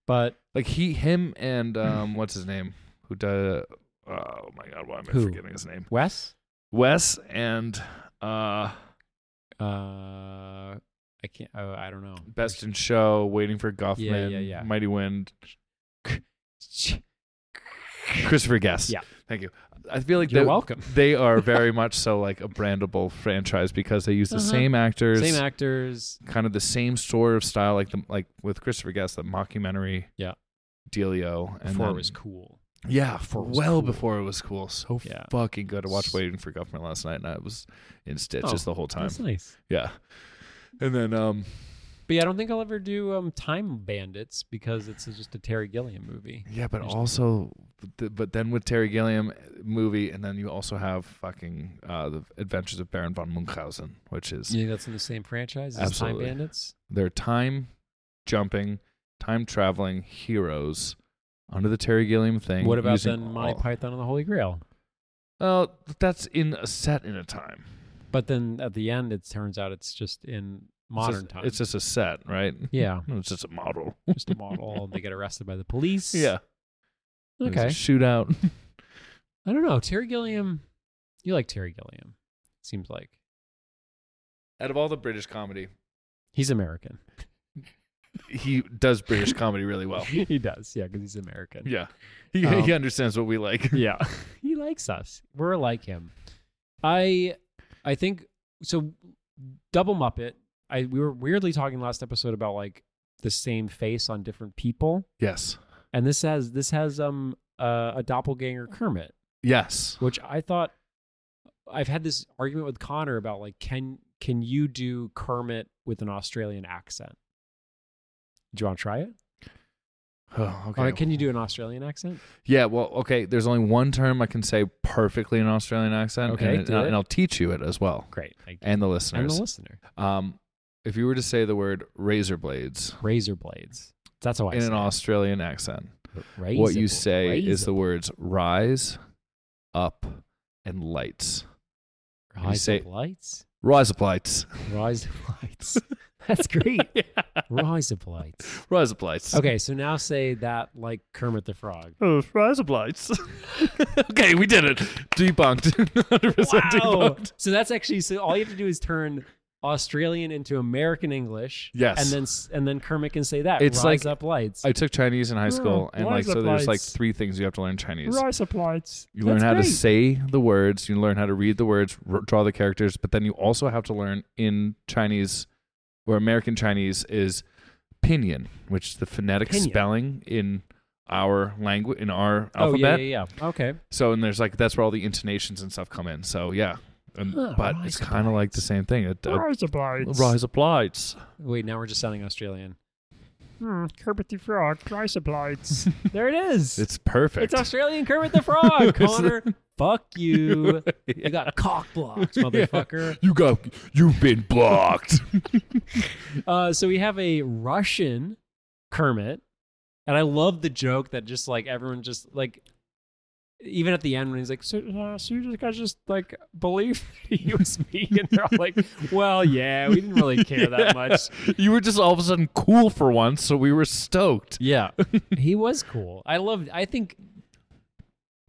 But like he him <laughs> and um what's his name who does oh my god why am I Who? forgetting his name Wes, Wes and uh uh, I can't, oh, I don't know. Best in Show Waiting for Guffman Yeah, yeah, yeah. Mighty Wind <laughs> Christopher Guest Yeah. thank you I feel like You're they- welcome. <laughs> they are very much so like a brandable franchise because they use the Uh-huh. same actors Same actors. kind of the same sort of style, like the like with Christopher Guest, the mockumentary, Yeah. Delio, and Before then- it was cool. yeah, before it was well cool. before it was cool, so Yeah. fucking good. I watched Waiting for Guffman last night, and I was in stitches Oh, the whole time. That's nice. Yeah, and then um, But yeah, I don't think I'll ever do um, Time Bandits because it's just a Terry Gilliam movie. yeah, but There's- also, th- but then with Terry Gilliam eh, movie, and then you also have fucking uh, the Adventures of Baron von Munchausen, which is You think that's in the same franchise as Time Absolutely. Bandits? They're time jumping, time traveling heroes under the Terry Gilliam thing. What about using then Monty all- Python and the Holy Grail? Well, that's in a set in a time. But then at the end, it turns out it's just in it's modern just, times. It's just a set, right? yeah, No, It's just a model. just a model. <laughs> and they get arrested by the police. <laughs> Yeah. There's a Okay. shootout. <laughs> I don't know. Terry Gilliam. You like Terry Gilliam? Seems like Out of all the British comedy, he's American. he does British comedy really well. <laughs> he does. Yeah, because he's American. <laughs> Yeah. He, Um, he understands what we like. <laughs> yeah <laughs> he likes us we're like him i i think so double muppet i we were weirdly talking last episode about like the same face on different people Yes. and this has this has um uh, a doppelganger kermit Yes. which i thought i've had this argument with connor about like can can you do kermit with an australian accent do you want to try it Oh, okay. or can you do an australian accent Yeah, well, okay, there's only one term I can say perfectly in an Australian accent. Okay, and, uh, do and it. I'll teach you it as well. great thank you And the and listeners. the listener Um, if you were to say the word razor blades razor blades that's how i in say an it. Australian accent, Razor what you blade. say is Razor the words rise, up, and lights. blade. you rise say- of lights. Rise up <laughs> lights. Rise of <laughs> lights. That's great. Rise of lights. Rise up lights. Okay, so now say that like Kermit the <laughs> Frog. Oh, rise up <laughs> lights. okay, we did it. Debunked. <laughs> 100% debunked. So that's actually so all you have to do is turn Australian into American English. Yes. And then s- and then Kermit can say that. It's rise like- up lights. I took Chinese in high school, and like rise so, up there's like lights. three things you have to learn in Chinese. rise up lights. You learn That's how to great. say the words, you learn how to read the words, r- draw the characters, but then you also have to learn in Chinese or American Chinese is pinyin, which is the phonetic Pinyin. spelling in our language in our Oh alphabet. yeah, yeah, yeah. Okay. So and there's like that's where all the intonations and stuff come in. So yeah. And, Huh, but rise it's up kind of like the same thing. It, uh, rise up lights. rise up lights. Wait, now we're just sounding Australian. hmm, Kermit the Frog, <laughs> triceplites. there it is. It's perfect. <laughs> It's Australian Kermit the Frog, It's- Connor. fuck <laughs> you. Yeah. You got cock blocked, motherfucker. You got you've been blocked. Uh, so we have a Russian Kermit, and I love the joke that just like everyone just like. Even at the end, when he's like, "So, uh, so you just guys just like believe <laughs> he was me," and they're all like, "Well, yeah, we didn't really care that much." <laughs> you were just all of a sudden cool for once, so we were stoked. Yeah. he was cool. I loved I think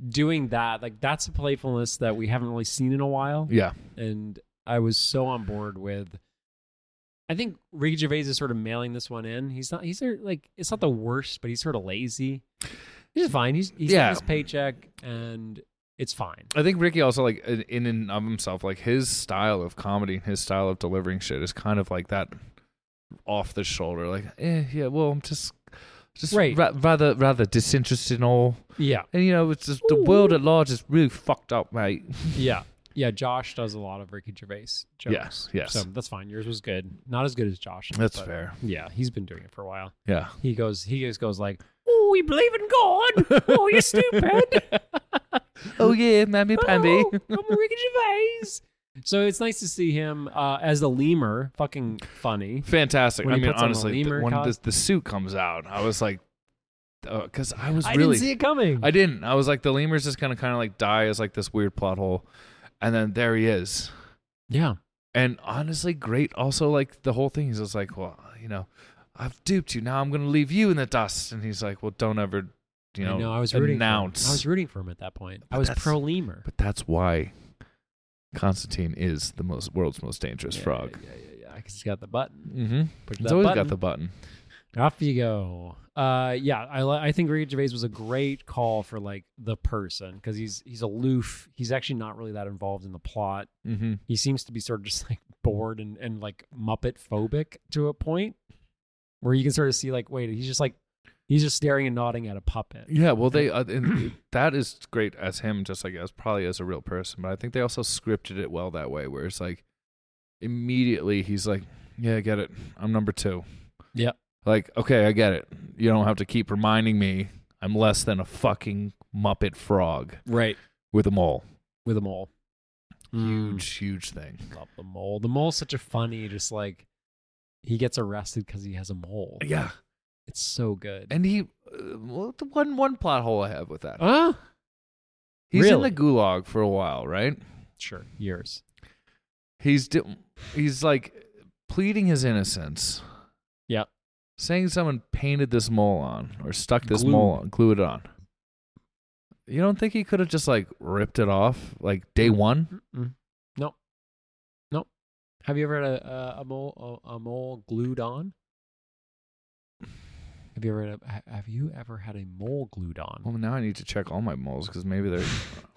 doing that, like that's a playfulness that we haven't really seen in a while. Yeah. And I was so on board with I think Ricky Gervais is sort of mailing this one in. He's not he's sort of, like it's not the worst, but he's sort of lazy. He's fine. He's he's got Yeah. his paycheck and it's fine. I think Ricky also like in- in and of himself, like his style of comedy and his style of delivering shit is kind of like that off the shoulder, like eh, yeah, well, I'm just just Right. ra- rather rather disinterested in all, Yeah. and you know, it's just the world at large is really fucked up, mate. Yeah. Yeah, Josh does a lot of Ricky Gervais jokes. Yes, yes. So that's fine. Yours was good. Not as good as Josh. That's fair. Yeah, he's been doing it for a while. Yeah, He goes. He just goes like, "Oh, we believe in God. Oh, you're <laughs> stupid. Oh yeah, mammy pammy. Oh, I'm Ricky Gervais." <laughs> So it's nice to see him uh, as the lemur. Fucking funny. Fantastic. When I he mean, puts on the honestly, th- lemur when cos- the, the suit comes out, I was like, because I was I really, didn't see it coming. I didn't. I was like, the lemur's just gonna kind of like die as like this weird plot hole, and then there he is. yeah. And honestly, great. Also, like the whole thing, he's just like, well, you know, I've duped you. Now I'm gonna leave you in the dust. And he's like, well, don't ever, you know, I know. I was rooting. For him. announce. I was rooting for him at that point. I But was that's- pro lemur. but that's why Constantine is the most world's most dangerous Yeah, frog. Yeah, yeah, yeah. I just got the button. Mm-hmm. Push He's that always button. got the button. Off you go. Uh, yeah, I li- I think Ricky Gervais was a great call for like the person because he's he's aloof. He's actually not really that involved in the plot. Mm-hmm. he seems to be sort of just like <laughs> bored and, and like Muppet phobic to a point where you can sort of see like, wait, he's just like he's just staring and nodding at a puppet. Yeah, well, they uh, <clears throat> and that is great as him, just like as probably as a real person. But I think they also scripted it well that way, where it's like immediately he's like, "Yeah, I get it. I'm number two. Yep. Like, okay, I get it. You don't have to keep reminding me I'm less than a fucking Muppet frog Right. with a mole. With a mole. Mm, Huge, huge thing. Love the mole. The mole's such a funny, just like he gets arrested because he has a mole. Yeah, It's so good. and he uh, well, the one one plot hole I have with that. Huh? he's in really? the gulag for a while, right? Sure. Years. He's di- he's like pleading his innocence. Yeah. Saying someone painted this mole on or stuck this Glued. mole on, glued it on. You don't think he could have just like ripped it off like day Hmm. one? Mm-mm. Nope. Nope. Have you ever had a, a, a mole a, a mole glued on? Have you ever had a, ha- have you ever had a mole glued on? Well, now I need to check all my moles because <laughs> maybe they're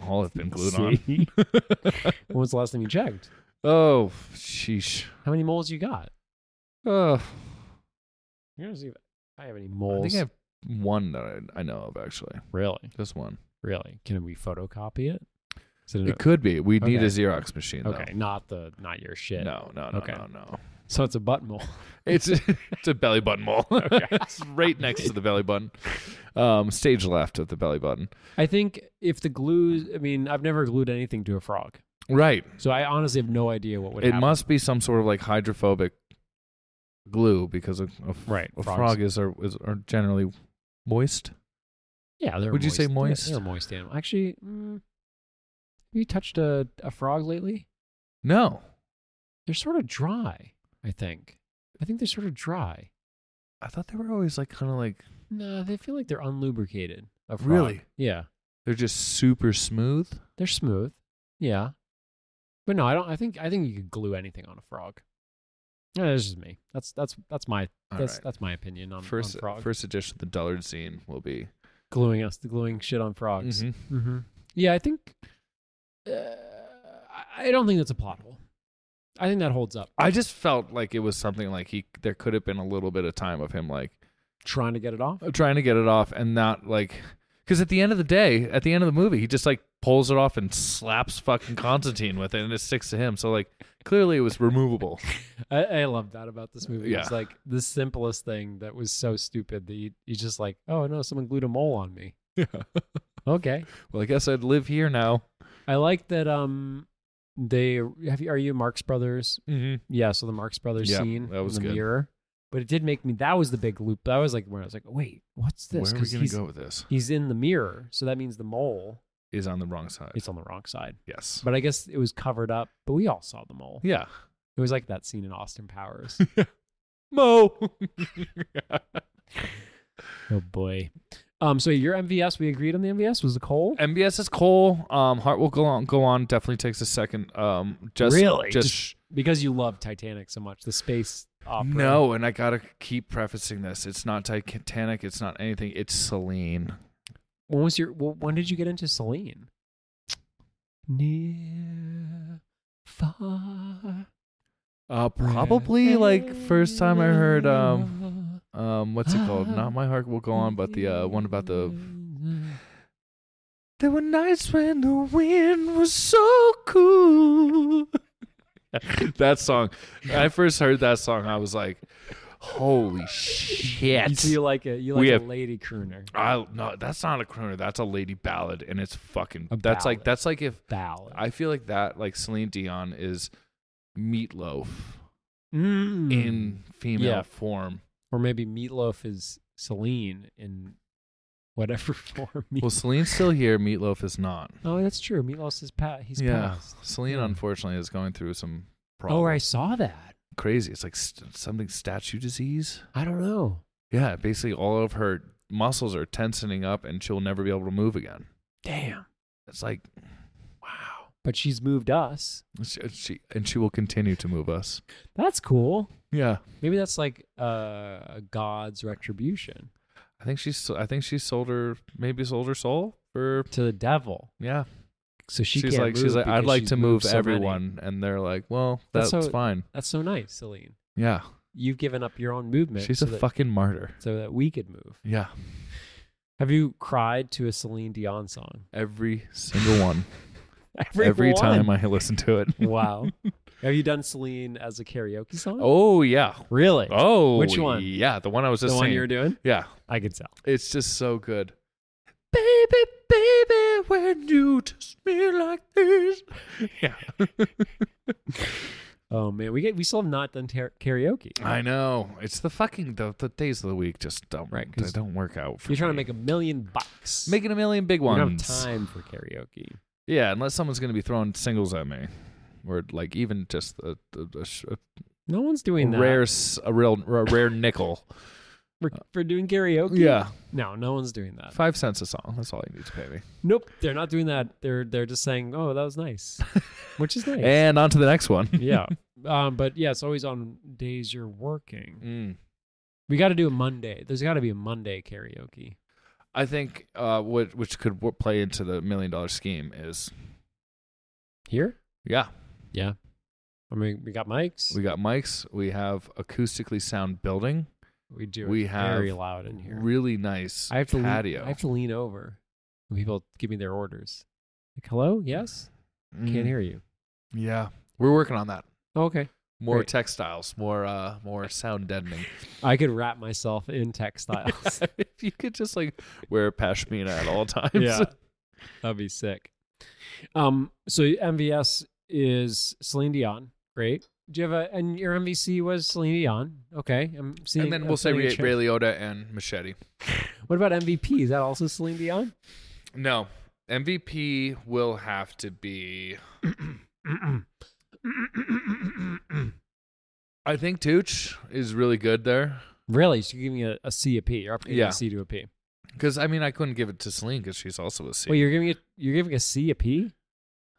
all have been glued on. <laughs> See? <laughs> when was the last time you checked? Oh, sheesh. How many moles you got? Oh, You're gonna see if I have any I moles. think I have one that I, I know of actually. Really, This one. really. Can we photocopy it? Is it an- It could be. We need a Okay. Xerox machine. Though. okay, not the not your shit. No, no, no, Okay. no, no. So it's a butt <laughs> mole. It's it's a belly button mole. it's right next to the belly button. Um, stage left of the belly button. <laughs> I think if the glue, I mean, I've never glued anything to a frog, Right. so I honestly have no idea what would it happen. must be some sort of like hydrophobic glue because a, a, f- right. a frogs. frog is are, is are generally moist. Yeah, they're. Would you moist. say They're- moist? They're, a moist animal. Actually, mm, have you touched a a frog lately? No, They're sort of dry. I think. I think they're sort of dry. I thought they were always like kind of like No, they feel like they're unlubricated. A frog. Really? Yeah, they're just super smooth. they're smooth. Yeah, but no, I don't. I think I think you could glue anything on a frog. No, that's just me. That's that's that's my All that's right. that's my opinion on, first on frog first edition of the Dullard scene will be gluing us gluing shit on frogs. Mhm. Mm-hmm. Yeah, I think. Uh, I- I don't think that's a plot hole. I think that holds up. I just felt like it was something like he there could have been a little bit of time of him like Trying to get it off. trying to get it off and not like because at the end of the day at the end of the movie he just like pulls it off and slaps fucking Constantine with it, and it sticks to him. So like, clearly it was removable. I, I love that about this movie. It's Yeah. like the simplest thing that was so stupid that you, you just like, oh no, someone glued a mole on me. <laughs> Yeah. Okay, Well, I guess I'd live here now. I like that. Um, they have you, are you Marx Brothers? Mm-hmm. Yeah, so the Marx Brothers Yeah, scene that was in the good. mirror, but it did make me. That was the big loop. That was like where I was like, wait, what's this? Where are we 'Cause gonna he's- go with this? He's in the mirror, so that means the mole. Is on the wrong side. It's on the wrong side, yes. but I guess it was covered up. But we all saw the mole. Yeah. It was like that scene in Austin Powers. <laughs> Mo. <laughs> oh boy. Um. So your MVS, we agreed on the MVS was the coal. MBS is Cole. Um, Heart will go on. Go on. Definitely takes a second. Um, just Really? just. because you love Titanic so much, the space opera. No, and I gotta keep prefacing this. It's not Titanic. It's not anything. It's Celine. When was your? Well, when did you get into Celine? Near, far. Uh, probably like first time I heard um um what's it called? Not my heart will go on, but the uh one about the. There were nights when the wind was so cool. <laughs> that song. When I first heard that song. I was like, holy You, shit. so you like a you like We a have- lady crooner I no, that's not a crooner. That's a lady ballad, and it's fucking. A ballad. that's like that's like if ballad. I feel like that like Celine Dion is meatloaf Mm. in female Yeah. form. or maybe Meatloaf is Celine in whatever <laughs> form. Meat- Well, Celine's still here. Meatloaf is not. oh, that's true. Meatloaf is pat. He's yeah, passed. Celine Yeah. Hmm. unfortunately is going through some problems. Oh, I saw that. Crazy. It's like st- something statue disease. I don't know. Yeah, basically all of her muscles are tensing up, and she'll never be able to move again. Damn. It's like But she's moved us. she, she and she will continue to move us. That's cool. Yeah. Maybe that's like uh, God's retribution I think she's. I think she sold her. Maybe sold her soul for. to the devil. Yeah. So she she's can't like. move She's like. I'd because like she's to move moved so many." everyone, and they're like, well, That's that's, so- fine. That's so nice, Celine. Yeah. You've given up your own movement. She's so a that, fucking martyr. so that we could move. Yeah. Have you cried to a Celine Dion song Every single one. Every time I listen to <laughs> it. wow. Have you done Celine as a karaoke song? Oh yeah. really? Oh. Which one? Yeah, the one I was the just one saying. you're doing? yeah. I could tell. It's just so good. Baby, baby, when you touch me like this. <laughs> Yeah. Oh man, we get we still have not done tar- karaoke. I know. It's the fucking the, the days of the week just don't Right, 'cause they don't work out for You're trying to me. make a million bucks. making a million big we ones. don't have time for karaoke. Yeah, unless someone's gonna be throwing singles at me. Or like even just a, a, a, sh- a No one's doing that rare s- a real a <laughs> rare nickel. for, for doing karaoke. Yeah, No, no one's doing that. five cents a song. That's all you need to pay me. Nope, they're not doing that. They're they're just saying, "Oh, that was nice," which is nice. And on to the next one. yeah. Um, but yeah, it's always on days you're working. Mm. We got to do a Monday. There's got to be a Monday karaoke. I think uh, what which could w- play into the million dollar scheme is Here? yeah, I mean, we got mics. we got mics, we have acoustically sound building, We do. We it very have loud in here. really nice I have to patio. Lean, I have to lean over. when People give me their orders. Like, hello? Yes. Can't hear you. Yeah, Mm. we're working on that. Okay. More Great. textiles, more uh, more sound <laughs> deadening. I could wrap myself in textiles. <laughs> <laughs> if you could just like wear pashmina at all times. <laughs> That'd be sick. Um. So MVS is Celine Dion. Great. Do you have a and your MVC was Celine Dion? Okay. I'm seeing. and then I'm we'll say seeing a Ray, tra- Ray Liotta and Machete. What about MVP? Is that also Celine <clears throat> Dion? <clears throat> No, MVP will have to be. I think Tooch is really good there really? So you're giving it a C a P. You're upgrading Yeah. a C to a P. because I mean I couldn't give it to Celine because she's also a C. Wait, you're giving it you're giving a C a P?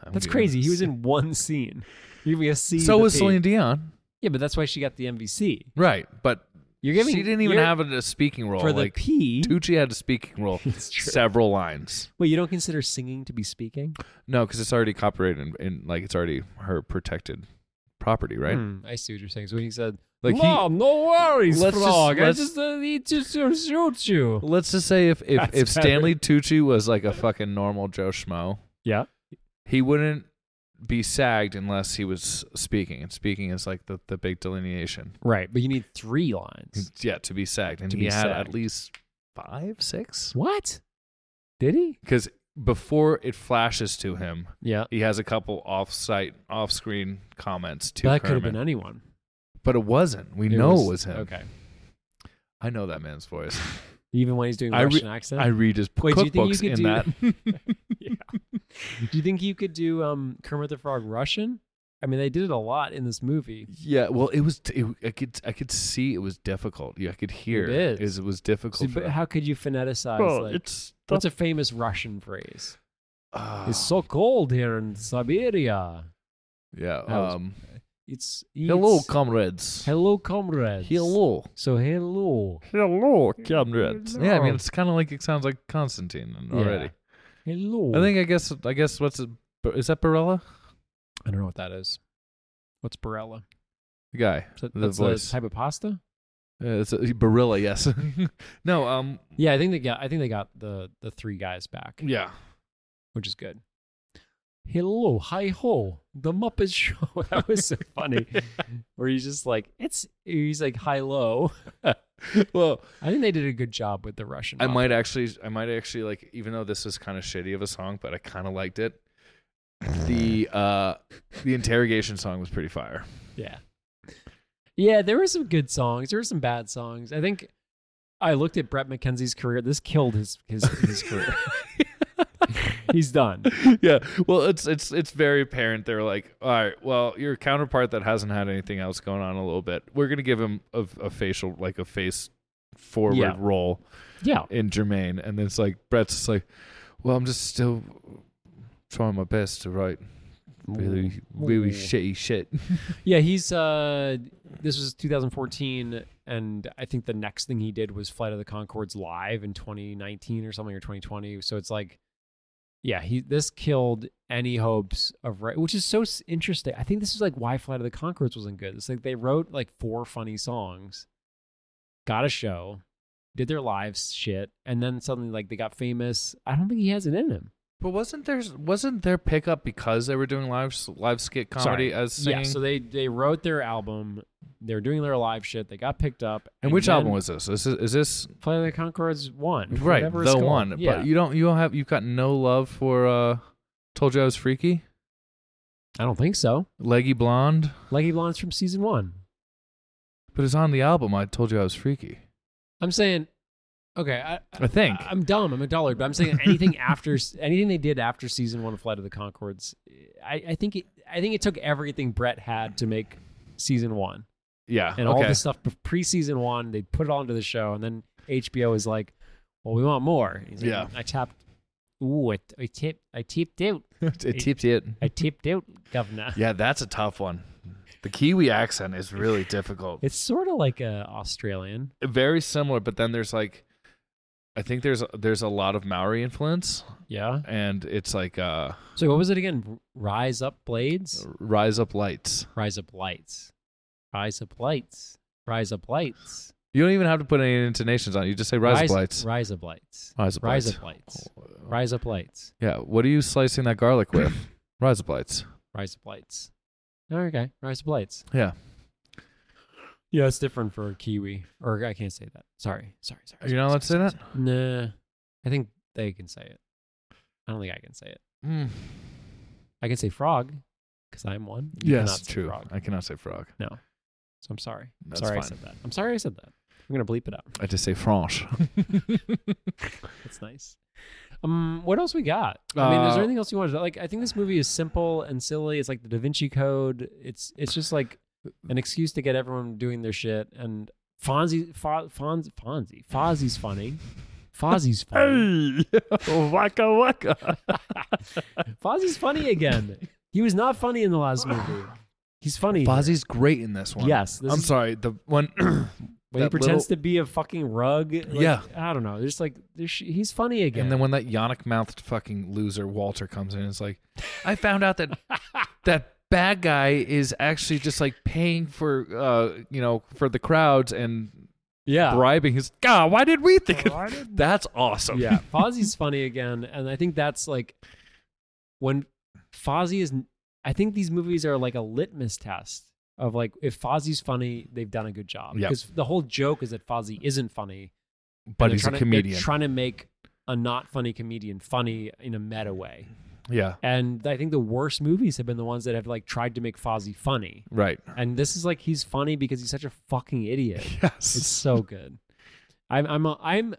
I'm That's giving crazy. it a He was C. in one scene. You're giving a C. So to was P. Celine Dion. Yeah, but that's why she got the MVC. Right, but You're giving she didn't even you're- have a a speaking role. for the like P. Tucci had a <laughs> speaking role, It's true. several lines. Wait, you don't consider singing to be speaking? No, because it's already copyrighted and, and like it's already her protected property, right? Hmm, I see what you're saying. So when he said, Like he- "Mom, no worries, Let's just- frog. let's- I just uh, need to to shoot you." Let's just say if if, That's if better. Stanley Tucci was like a fucking normal Joe Schmo, Yeah. He wouldn't be sagged unless he was speaking, and speaking is like the, the big delineation. Right. But you need three lines. Yeah, to be sagged, and To he be had at sagged. least five, six. What? Did he? Because before it flashes to him, Yeah. he has a couple off-site, off-screen comments to that could have Kermit, been anyone. but it wasn't. We It know it was him. Okay. I know that man's <laughs> voice. Even when he's doing I re- Russian accent. I read his Wait, do you think you cookbooks could in do that. <laughs> do you think you could do um, Kermit the Frog Russian? I mean, they did it a lot in this movie. <laughs> Yeah, well, it was. It, I could. I could see it was difficult. Yeah, I could hear. It is. It was difficult. So, for but him. how could you phoneticize? Well, like, it's what's a famous Russian phrase? uh, It's so cold here in Siberia. yeah. was- Um, It's, hello, it's- comrades. hello, comrades. Hello. So hello, Hello, comrades. Yeah, I mean, it's kind of like it sounds like Constantine Yeah. already. Hello. I think. I guess. I guess. What's it? Is that Barella? I don't know what that is. What's Barella? The guy. Is that, The that's voice. a type of pasta. Uh, it's a, Barilla. <laughs> Yes. no. Um. Yeah, I think they got. I think they got the the three guys back, Yeah. which is good. Hello, hi ho, the Muppet <laughs> Show. That was so <laughs> funny. Where he's just like, it's he's like hi low. Well, I think they did a good job with the Russian. I Muppet. might actually, I might actually like, even though this is kind of shitty of a song, but I kind of liked it. The uh, the interrogation song was pretty fire. Yeah. Yeah, there were some good songs. There were some bad songs. I think I looked at Brett McKenzie's career. This killed his his, his <laughs> career. <laughs> He's done. <laughs> yeah, well, it's it's it's very apparent. They're like, all right, well, your counterpart that hasn't had anything else going on a little bit, we're gonna give him a, a facial, like a face forward Yeah. roll Yeah. in Jermaine, and it's like Brett's just like, well, I'm just still trying my best to write really really Ooh. shitty shit. <laughs> Yeah, he's uh this was 2014 and I think the next thing he did was Flight of the Concords live in 2019 or something or 2020. So it's like yeah, he this killed any hopes of right, which is so s- interesting. I think this is like why Flight of the Concords wasn't good. It's like they wrote like four funny songs, got a show, did their live shit, and then suddenly like they got famous. I don't think he has it in him. But wasn't there wasn't there pickup because they were doing live live skit comedy Sorry. as singing? Yeah, so they they wrote their album, they were doing their live shit, they got picked up. and which then album was this? Is this, is this Flight of the Concords one? right whatever it's the called. one? Yeah. But you don't you don't have you've got no love for uh Told You I Was Freaky, I don't think so. Leggy Blonde, Leggy Blonde's from season one. but it's on the album I Told You I Was Freaky. I'm saying, okay, I, I think. I, am dumb. I'm a dullard, but I'm saying anything after <laughs> anything they did after season one of Flight of the Concords, I, I think it, I think it took everything Brett had to make season one Yeah. and all okay. the stuff pre season one. They put it onto the show, and then HBO is like, "Well, we want more." And he's like, Yeah. I tapped. Ooh, I, I tipped. I tipped out. <laughs> it tipped it. I tipped out, governor. <laughs> Yeah, that's a tough one. The Kiwi accent is really difficult. It's sort of like a Australian. Very similar, but then there's like, I think there's there's a lot of Maori influence, Yeah. and it's like uh, So what was it again? R- Rise up blades. Rise Up Lights. Rise up lights. Rise up lights. Rise up lights. You don't even have to put any intonations on. it. You just say rise, up lights. Rise up lights. Rise up Rise lights. up lights. Rise up lights. Yeah. What are you slicing that garlic with? <coughs> rise up lights. Rise up lights. Oh, Okay. Rise up lights. Yeah. Yeah, it's different for Kiwi. Or I can't say that. Sorry. Sorry. Sorry. Are you not allowed to say that? Nah. I think they can say it. I don't think I can say it. Mm. I can say frog because I'm one. You Yes. cannot say True. Frog. I cannot say frog. So I'm sorry. I'm That's sorry I fine. said that. I'm sorry I said that. I'm gonna bleep it out. I just say franche. That's nice. Um, what else we got? I mean, is Uh, there anything else you wanted? To, like, I think this movie is simple and silly. It's like the Da Vinci Code. It's it's just like an excuse to get everyone doing their shit. And Fonzie, Fo, Fonz, Fonzie, Fozzie's funny. Fozzie's funny. <laughs> waka waka. <laughs> Fozzie's funny again. He was not funny in the last movie. He's funny. here. Fozzie's great in this one. Yes, this I'm is- sorry. The one. <clears throat> when he that pretends little- to be a fucking rug. like, Yeah. I don't know. There's like there's, he's funny again. And then when that yonic mouthed fucking loser Walter comes in, it's like, I found <laughs> out that that bad guy is actually just like paying for uh you know for the crowds and yeah. bribing his God. Why did we think of Why did- <laughs> that's awesome? yeah, Fozzie's funny again, and I think that's like when Fozzie is, I think these movies are like a litmus test of like if Fozzie's funny, they've done a good job. Yep. Because the whole joke is that Fozzie isn't funny, and <laughs> But they're he's a trying to- comedian. They're trying to make a not funny comedian funny in a meta way. yeah. And I think the worst movies have been the ones that have like tried to make Fozzie funny. Right. And this is like he's funny because he's such a fucking idiot. Yes. It's so good. I'm I'm a, I'm.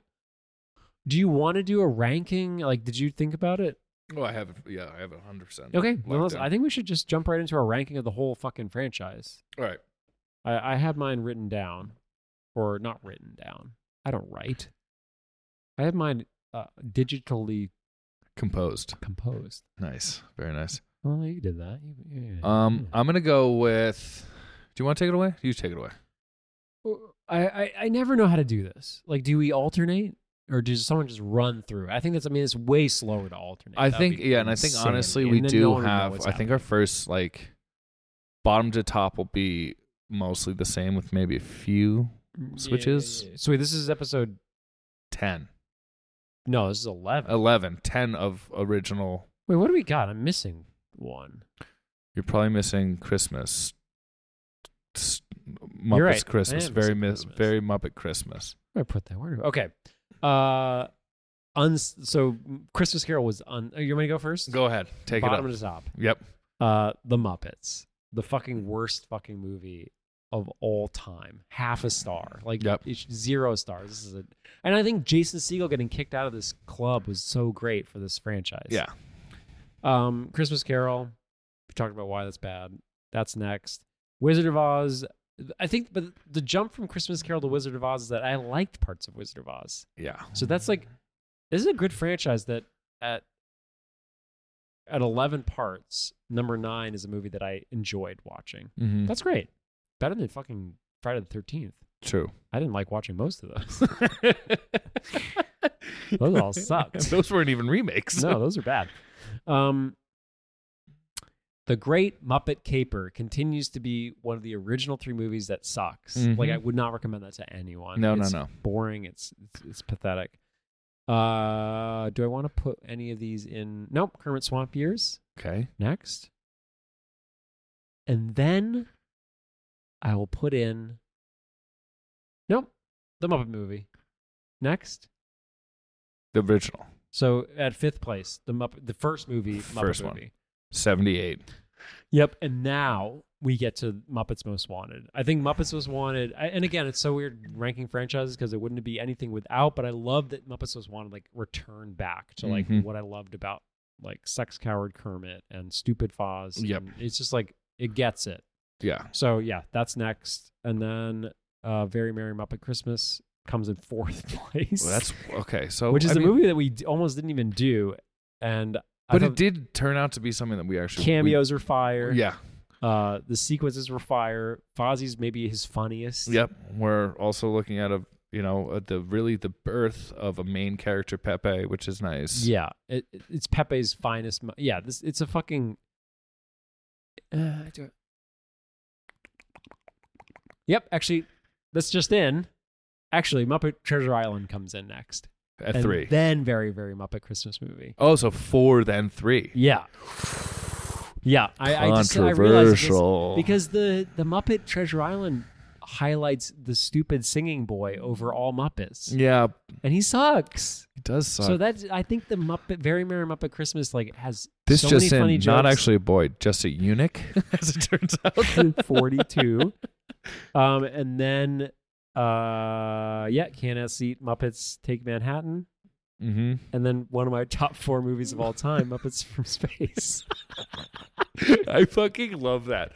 Do you want to do a ranking? Like, did you think about it? oh, I have. Yeah, I have a hundred percent. Okay, well, Locked let's- down. I think we should just jump right into a ranking of the whole fucking franchise. All right. I, I have mine written down, or not written down. I don't write. I have mine uh, digitally Composed. composed. Nice. Very nice. Oh, you did that. You- yeah, Um, yeah. I'm gonna go with. Do you want to take it away? You take it away. Well, I, I I never know how to do this. Like, do we alternate, or does someone just run through? I think that's. I mean, it's way slower to alternate. I That would think be yeah, and I think insane. honestly And we then do no one would know have. I what's think our first like bottom to top will be mostly the same with maybe a few happening. switches. Yeah, yeah, yeah. So wait, this is episode. 10 No, this is eleven. 11 10 of original Wait, what do we got? I'm missing one. you're probably missing christmas S- muppets You're right. I christmas am very missing Christmas. mis- very muppet christmas Where did I put that word? Okay. Uh, uns- so Christmas Carol was on. You want me to go first? go ahead take Bottom it up to top. yep Uh, the Muppets, the fucking worst fucking movie of all time. Half a star, like Yep. it's zero stars. This is a, and I think Jason Segel getting kicked out of this club was so great for this franchise. yeah Um, Christmas Carol. We talked about why that's bad. That's next. Wizard of Oz. I think, but the jump from Christmas Carol to Wizard of Oz is that I liked parts of Wizard of Oz. yeah So that's like, this is a good franchise that at at eleven parts, number nine is a movie that I enjoyed watching. mm-hmm. That's great. Better than fucking Friday the Thirteenth. true I didn't like watching most of those. <laughs> Those all sucked. those weren't even remakes no, those are bad. Um, the Great Muppet Caper continues to be one of the original three movies that sucks. Mhm. Like I would not recommend that to anyone. <laughs> no no It's no boring. It's it's, it's pathetic. Uh, do I want to put any of these in? Nope. Kermit Swamp Years okay next, and then I will put in. Nope, the Muppet Movie next. the original So at fifth place, the Muppet, the first movie, Muppet First one. movie. 78 Yep. And now we get to Muppets Most Wanted. I think Muppets Most Wanted, I, and again, it's so weird ranking franchises because it wouldn't be anything without. But I love that Muppets Most Wanted like returned back to like Mhm. what I loved about like Sex Coward Kermit and Stupid Foz. Yep. and It's just like it gets it. yeah So yeah, that's next. And then uh Very Merry Muppet Christmas comes in fourth <laughs> place. Well, that's okay so which is I a mean, movie that we d- almost didn't even do, and I but thought it did turn out to be something that we actually we- cameos are fire. yeah Uh, the sequences were fire. Fozzie's maybe his funniest. Yep. We're also looking at a you know at the really the birth of a main character Pepe, which is nice. Yeah. It, it- it's Pepe's finest. Mo- yeah. This it's a fucking. Uh, I do it. Yep. Actually, that's just in. Actually, Muppet Treasure Island comes in next. At And three. Then very very Muppet Christmas movie. oh, so four then three. Yeah. Yeah. I, I just I realized this- because the the Muppet Treasure Island highlights the stupid singing boy over all Muppets, yeah, and he sucks. it does suck. So that's I think the Muppet Very Merry Muppet Christmas like has this so just many in, funny not jokes. <laughs> actually a boy, just a eunuch, as it turns out. forty two, um, and then uh, yeah, Can't Ass Eat Muppets Take Manhattan, mm-hmm. and then one of my top four movies of all time, Muppets from <laughs> Space. I fucking love that.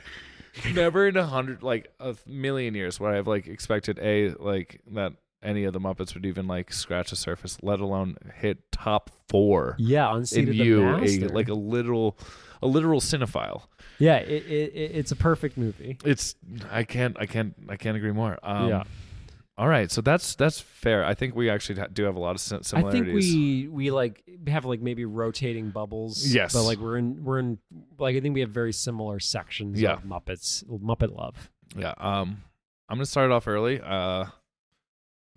Never in a hundred, like a million years, would I have like expected a like that any of the Muppets would even like scratch the surface, let alone hit top four. yeah, on Seat in of the you, a, Master. like a literal, a literal cinephile. yeah, it, it, it, it's a perfect movie. It's I can't I can't I can't agree more. Um, Yeah. All right, so that's that's fair. I think we actually ha- do have a lot of sim- I think similarities. we we like have like maybe rotating bubbles. Yes. but like we're in we're in like I think we have very similar sections. Yeah. of Muppets Muppet love. yeah. Um, I'm gonna start it off early. Uh,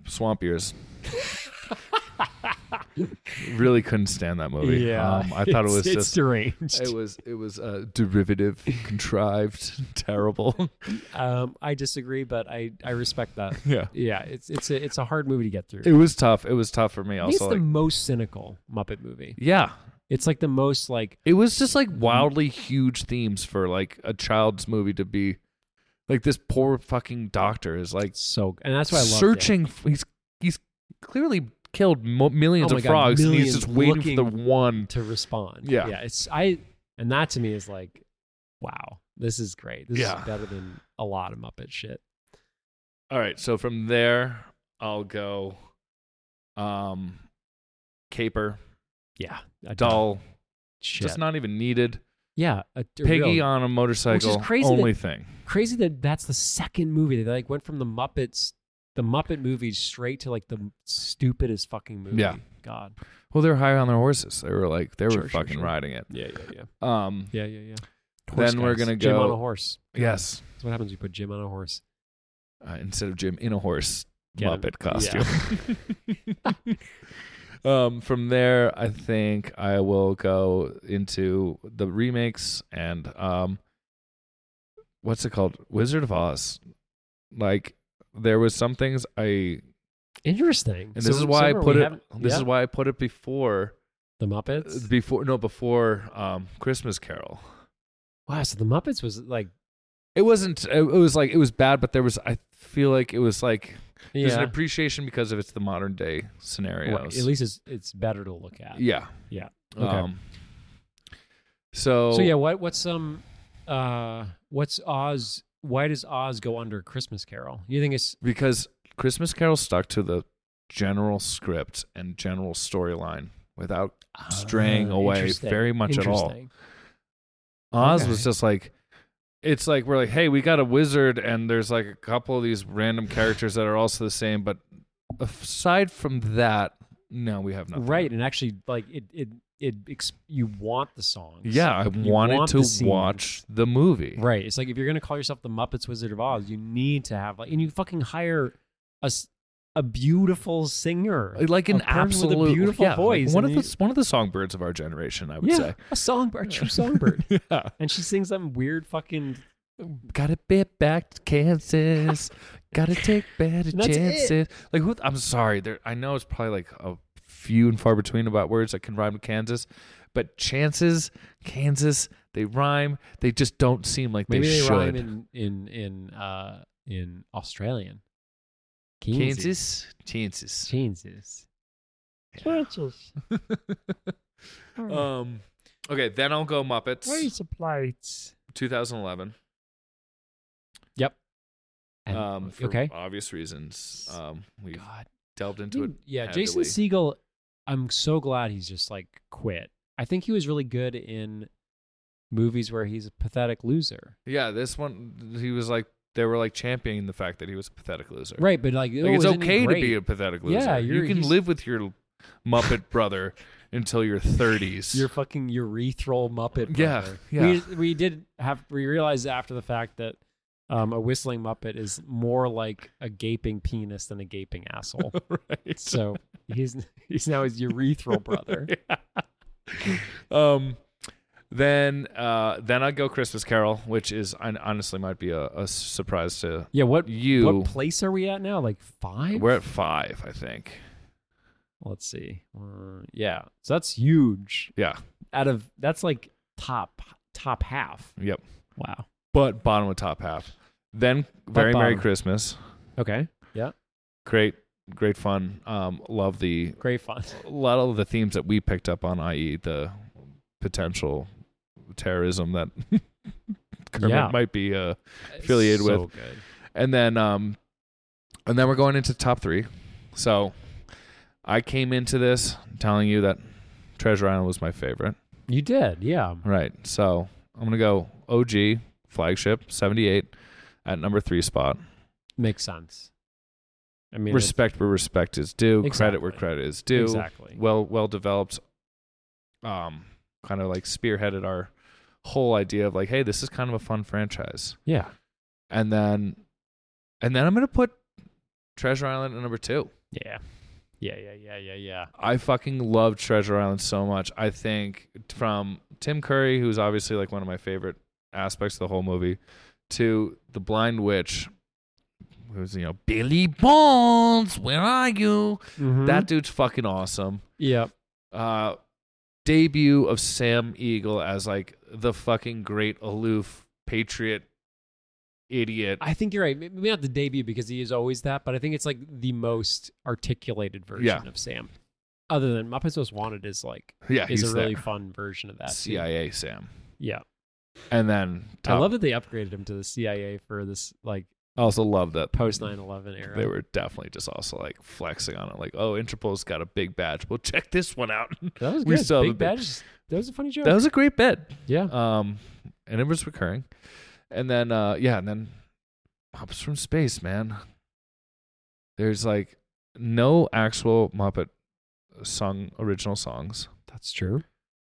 swamp ears. really couldn't stand that movie. Yeah, Um, <laughs> I thought it it's- was it's just deranged. it was it was uh, <laughs> derivative, contrived, terrible. um, I disagree, but I I respect that. <laughs> yeah. Yeah, it's it's a it's a hard movie to get through. It was tough. It was tough for me I think it's also. the Like, most cynical Muppet movie. yeah. It's like the most like It was just like wildly huge themes for like a child's movie to be like this poor fucking doctor is like so, and that's why I love searching f he's he's clearly killed mo- millions Oh my of God, frogs and he's millions just waiting for the looking- one to respond. Yeah. yeah. It's I and that to me is like, wow, this is great. This Yeah. is better than a lot of Muppet shit. All right, so from there I'll go um caper, Yeah, a doll, shit. just not even needed. yeah, a, a Piggy real- on a motorcycle crazy only thing. crazy that that's the second movie that like went from the Muppets, the Muppet movie straight to like the stupidest fucking movie. Yeah. God. Well, they're high on their horses. They were like they were Sure, sure, fucking sure. riding it. Yeah, yeah, yeah, Um yeah, yeah, yeah. Then we're gonna Jim go- on a horse. yes. That's what happens. when You put Jim on a horse. uh, instead of Jim in a horse Get him. Muppet costume. <laughs> um, from there, I think I will go into the remakes and um, what's it called? Wizard of Oz. Like there was some things I, <laughs> Interesting. and So- this is why I so put we it. haven't- This yeah. is Uh, why I put it before, the Muppets. before no, before um, Christmas Carol. Wow. So the Muppets was like, It wasn't. uh, It was like it was bad, but there was. I feel like it was like there's an yeah. appreciation because of it's the modern day Right, scenarios. At least it's it's better to look at. yeah, Yeah. Okay. Um, so, So yeah, what what's um, uh, what's Oz? Why does Oz go under Christmas Carol? You think it's because Christmas Carol stuck to the general script and general storyline without straying Ah, away interesting, very much at all. interesting. Oz Okay. was just like, it's like we're like, hey, we got a wizard, and there's like a couple of these random characters that are also the same, but aside from that, no, we have nothing. Right, and actually, like it it it ex- you want the songs. Yeah, I You wanted want to the scenes. watch the movie. Right. It's like if you're gonna call yourself the Muppets Wizard of Oz, you need to have like, and you fucking hire a s- a beautiful singer, like an a person absolute with a beautiful yeah, like voice. one of and the you- one of the songbirds of our generation, I would yeah, say. a songbird, <laughs> a true songbird, Yeah, and she sings some weird fucking. gotta bit back <laughs> to Kansas. gotta take better And that's it. chances. Like who? I'm sorry. There, I know it's probably like a few and far between about words that can rhyme with Kansas, but chances, Kansas, they rhyme. They just don't seem like Maybe they, should. rhyme in in in uh in Australian. Kansas, chances. Kansas. <laughs> Kansas. Uh, Um. Okay, then I'll go Muppets. the plates? 2011. Um, for okay. obvious reasons, um, we have God. delved into it. Dude, yeah, Jason heavily. Siegel. I'm so glad he's just like quit. I think he was really good in movies where he's a pathetic loser. Yeah, this one, he was like, they were like championing the fact that he was a pathetic loser. Right, but like, Like, oh, it's isn't he okay to great? be a pathetic loser. Yeah, you you're- can he's- live with your Muppet brother <laughs> until your 30s. <laughs> your fucking urethral Muppet. Yeah, brother. yeah. We we did have we realized after the fact that um, a whistling Muppet is more like a gaping penis than a gaping <laughs> asshole. right. so he's he's now his urethral <laughs> brother. Um, then, uh, then I'd go Christmas Carol, which is I, honestly might be a, a surprise to Yeah, what you. what place are we at now? Like five? We're at five, I think. Let's see. Uh, yeah, so that's huge. Yeah. Out of that's like top top half. Yep. Wow. But bottom of top half. Then very Merry bottom. Christmas. Okay. Great, great fun. Um, love the Great fun. a lot of the themes that we picked up on, i.e., the potential terrorism that <laughs> Kermit Yeah. might be. Uh, Affiliated so with- good. and then, um, and then we're going into top three. So, I came into this telling you that Treasure Island was my favorite. You did, yeah. Right. So I'm gonna go OG flagship 78 at number three spot. Makes sense. I mean, it's- respect where respect is due. Credit where Exactly. credit is due. Exactly. Well, well developed. Um, kind of like spearheaded our whole idea of like, hey, this is kind of a fun franchise. yeah. And then, and then I'm gonna put Treasure Island at number two. Yeah. Yeah, yeah, yeah, yeah, yeah. I fucking love Treasure Island so much. I think from Tim Curry, who's obviously like one of my favorite aspects of the whole movie, to the blind witch, who's you know Billy Bones, where are you? Mhm. That dude's fucking awesome. Yeah. Uh, debut of Sam Eagle as like the fucking great aloof patriot idiot. I think you're right. Maybe not the debut because he is always that, but I think it's like the most articulated version Yeah. of Sam. Other than Muppets Most Wanted is like yeah, is he's a that really fun version of that. too. CIA Sam. Yeah. And then I top- love that they upgraded him to the CIA for this like I also love that post 9/11 era. They were definitely just also like flexing on it, like, "Oh, Interpol's got a big badge. Well, <laughs> check this one out." that was we good. still have Big a big- Badge. That was a funny joke. that was a great bit, yeah. um, and it was recurring. And then, uh, yeah, and then Muppets from Space, man. There's like no actual Muppet sung original songs. That's true.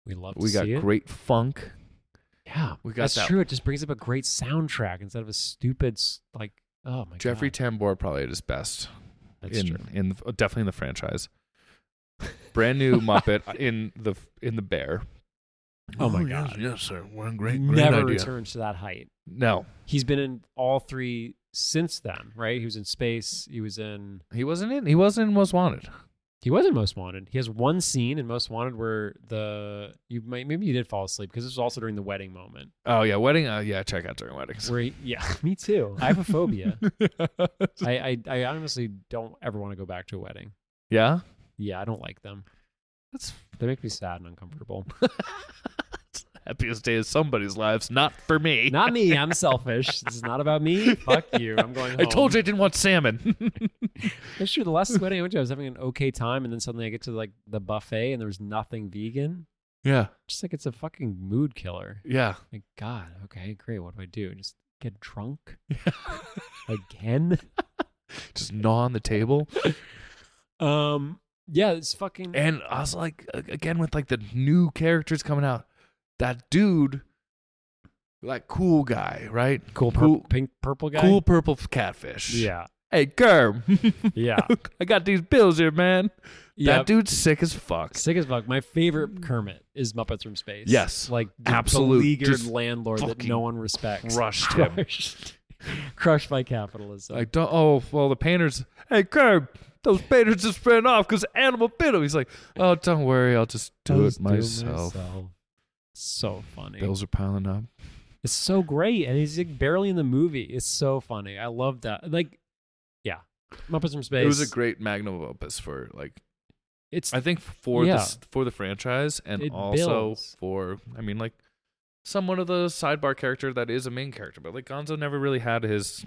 We love to We got see it. Oh great funk. yeah, we got that's that. true. It just brings up a great soundtrack instead of a stupid s- like. Oh my Jeffrey god, Tambor probably at his best that's in true. in the, definitely in <laughs> the franchise. Brand new Muppet in the in the Bear. Oh my god, yes, sir. What a never returns to that height. No, He's been in all three since then, right? He was in space. He was in. he wasn't in. He wasn't in Most Wanted. He was in Most Wanted. He has one scene in Most Wanted where the you might maybe you did fall asleep because this was also during the wedding moment. Oh yeah, wedding. Uh, yeah, check out during weddings. Where he, <laughs> yeah, me too. I have a phobia. I, I I honestly don't ever want to go back to a wedding. yeah, Yeah, I don't like them. that's They make me sad and uncomfortable. happiest day of somebody's lives. Not for me. not me. I'm selfish. This is not about me. Fuck you. I'm going home. I told you I didn't want salmon. <laughs> That's true. The last wedding I went to, I was having an okay time, and then suddenly I get to like the buffet, and there was nothing vegan. yeah, Just like it's a fucking mood killer. yeah. Like God. Okay, great. What do I do? Just get <laughs> drunk again? Just gnaw on the table, Um. Yeah. It's fucking. and also like a- again with like the new characters coming out. That dude, like cool guy, right? cool. Pur- cool- pink purple guy. Cool purple <laughs> catfish. Yeah. Hey, Germ, <laughs> Yeah. <laughs> I got these bills here, man. yeah. That dude's sick as fuck. Sick as fuck. My favorite Kermit is Muppets from Space. Yes. like the Absolute. beleaguered Just landlord that fucking no one respects. crushed him. Crushed, <laughs> crushed by capitalism. Like, don't, oh, well, the painters, hey, Curb, those painters just ran off because animal bit him. He's like, oh, don't worry, I'll just do I'll it just myself. So funny. Bills are piling up. It's so great, and he's like barely in the movie. It's so funny. I love that. Like, yeah, Muppets from Space. It was a great magnum opus for, like, It's I think for Yeah. this for the franchise and It also builds. for, I mean, like, somewhat of the sidebar character that is a main character, but like Gonzo never really had his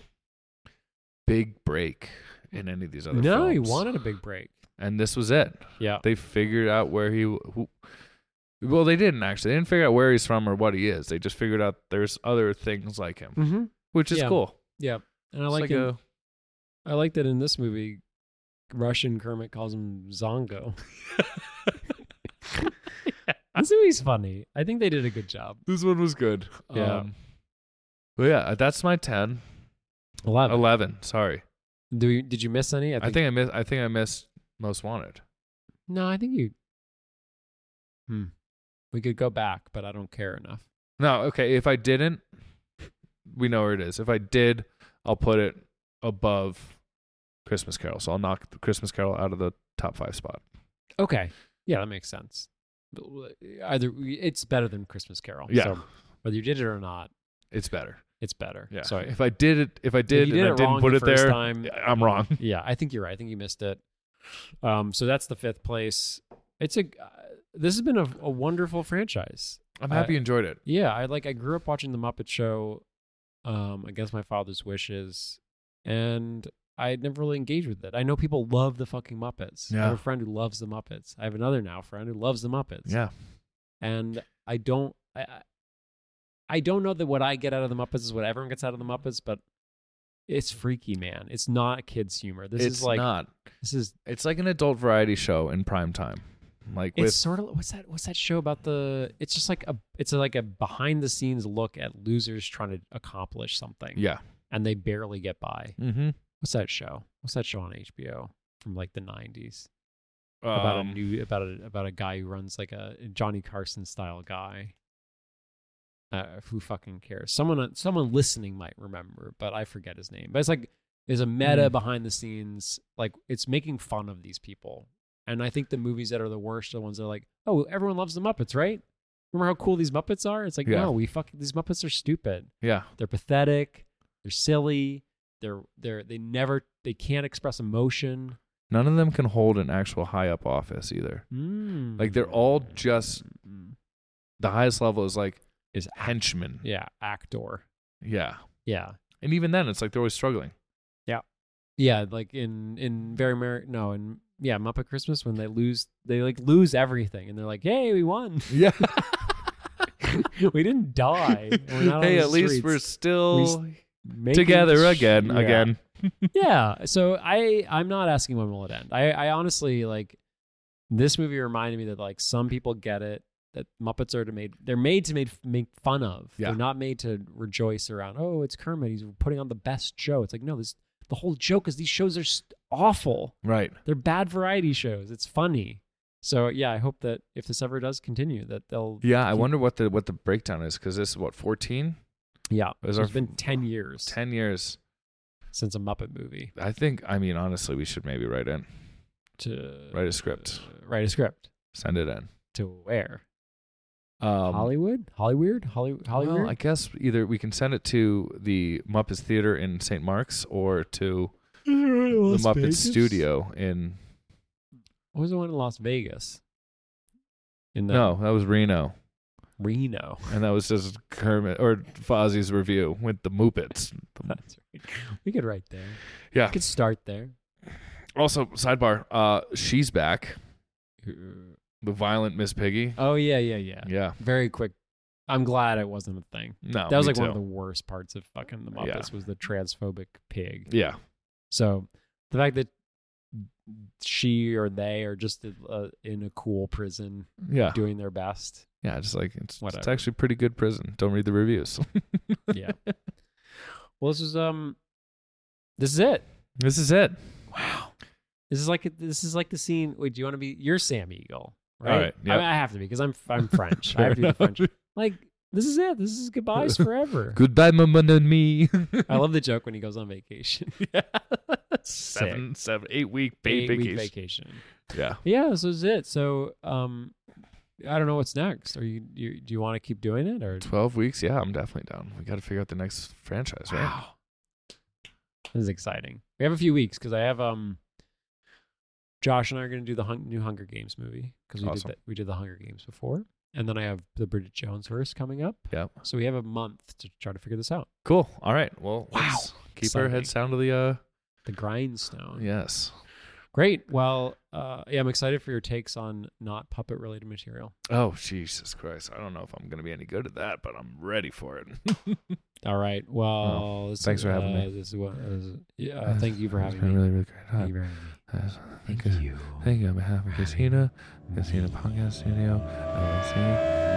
big break in any of these other no. films. He wanted a big break. and this was it. Yeah. they figured out where he who, well they didn't actually they didn't figure out where he's from or what he is they just figured out there's other things like him Mm-hmm. which is Yeah. cool Yeah, and I It's like, like him- a- I like that in this movie, Russian Kermit calls him <laughs> Zongo. <laughs> This movie's funny. I think they did a good job. this one was good Yeah. um, but yeah that's my 10 Eleven. 11 sorry Do you, did you miss any? i think i missed i think i missed most wanted no. I think you. Hmm. We could go back, but I don't care enough. no okay if i didn't we know where it is if i did i'll put it above christmas carol so i'll knock the christmas carol out of the top five spot Okay. Yeah, that makes sense. Either it's better than Christmas Carol. Yeah. So whether you did it or not, it's better it's better. yeah Sorry. if i did it if i If did, you did and it i didn't wrong put the it first there Time, I'm wrong. <laughs> yeah, I think you're right. I think you missed it. Um, so that's the fifth place. It's a. Uh, this has been a, a wonderful franchise. I'm I- happy you enjoyed it. Yeah, I like. I grew up watching the Muppet Show, um, against my father's wishes, and I had never really engaged with it. I know people love the fucking Muppets. I Yeah. have a friend who loves the Muppets. I have another now friend who loves the Muppets. and I don't I, I- I don't know that what I get out of the Muppets is what everyone gets out of the Muppets, but it's freaky, man. It's not kids humor. This it's is like not. this is It's like an adult variety show in prime time. Like it's with sort of what's that what's that show about the it's just like a it's like a behind the scenes look at losers trying to accomplish something yeah. and they barely get by. Mm-hmm. What's that show? What's that show on HBO from like the 90s? about a Um, new about a about a guy who runs like a Johnny Carson style guy. Uh, who fucking cares? Someone uh, someone listening might remember, but I forget his name. But it's like there's a meta Mm. behind the scenes, like it's making fun of these people. And I think the movies that are the worst are the ones that are like, oh, everyone loves the Muppets, right? Remember how cool these Muppets are? It's like, Yeah. no, we fucking these Muppets are stupid. yeah. They're pathetic. They're silly. They're they're they never they can't express emotion. None of them can hold an actual high up office either. Like they're all just Mm. the highest level is like Is henchmen. yeah actor Yeah. yeah And even then, it's like they're always struggling. yeah like in in very Mer- no in yeah Muppet Christmas when they lose they like lose everything and they're like hey we won Yeah. <laughs> we didn't die we're <laughs> not hey, on the at least we're streets still making together sh- again. yeah. Again. yeah so i i'm not asking when will it end i i honestly like this movie reminded me that like some people get it that muppets are to made they're made to made, make fun of Yeah. they're not made to rejoice around oh it's kermit he's putting on the best show it's like no this the whole joke is these shows are st- awful Right. they're bad variety shows it's funny so yeah i hope that if this ever does continue that they'll Yeah. I wonder what the what the breakdown is because this is what 14, yeah It was it's our- been 10 years 10 years. since a muppet movie I think. I mean, honestly, we should maybe write in, to write a script, write a script send it in. to where Um, Hollywood, Hollywood, Hollywood, Hollywood. <laughs> Well, I guess either we can send it to the Muppets Theater in St. Mark's or to the Muppets Studio in. What was the one in Las Vegas? In the No. that was Reno, Reno. <laughs> and that was just Kermit or Fozzie's review with the Muppets. That's right. We could write there. Yeah. We could start there. Also, sidebar. Uh, she's back. Uh, The violent Miss Piggy. Oh yeah, yeah, yeah. Yeah. Very quick. I'm glad it wasn't a thing. No. that was me like one too. of the worst parts of fucking the Muppets Yeah. was the transphobic pig. Yeah. So the fact that she or they are just uh, in a cool prison <sighs> Yeah. doing their best. Yeah. Just like it's, it's Whatever. actually pretty good prison. Don't read the reviews. <laughs> Yeah. well, this is um, this is it. this is it. Wow. This is like this is like the scene. Wait, do you want to be? You're Sam Eagle, right? All right, I, yep. mean, I have to be because I'm I'm French. Sure I have to be the <laughs> enough. French. Like this is it. This is <laughs> goodbyes forever. Goodbye, Mama and me. I love the joke when he goes on vacation. <laughs> yeah. Seven, seven, eight week Eight baby week vacation. vacation. Yeah. Yeah, this is it. So um, I don't know what's next. Are you, you do you want to keep doing it or? 12 weeks. Yeah, I'm definitely down. We got to figure out the next franchise, right? Wow. This is exciting. We have a few weeks because I have um. Josh and I are going to do the hun- new Hunger Games movie because we Awesome. did that. We did the Hunger Games before, and then I have the Bridget Jones verse coming up. Yeah. So we have a month to try to figure this out. <gasps> Cool. All right. Well, Wow. let's keep our heads down to the uh The grindstone. yes. Great. Well, uh, yeah, I'm excited for your takes on not puppet related material. Oh, Jesus Christ. I don't know if I'm going to be any good at that, but I'm ready for <laughs> it. All right. Well, this thanks is, for having uh, me. This is what, this is- yeah, <sighs> uh, thank you for <laughs> having me. Really, Uh, really great. Thank you for having me. Thank you. Thank you on behalf of Christina, Christina Podcast Studio, LLC.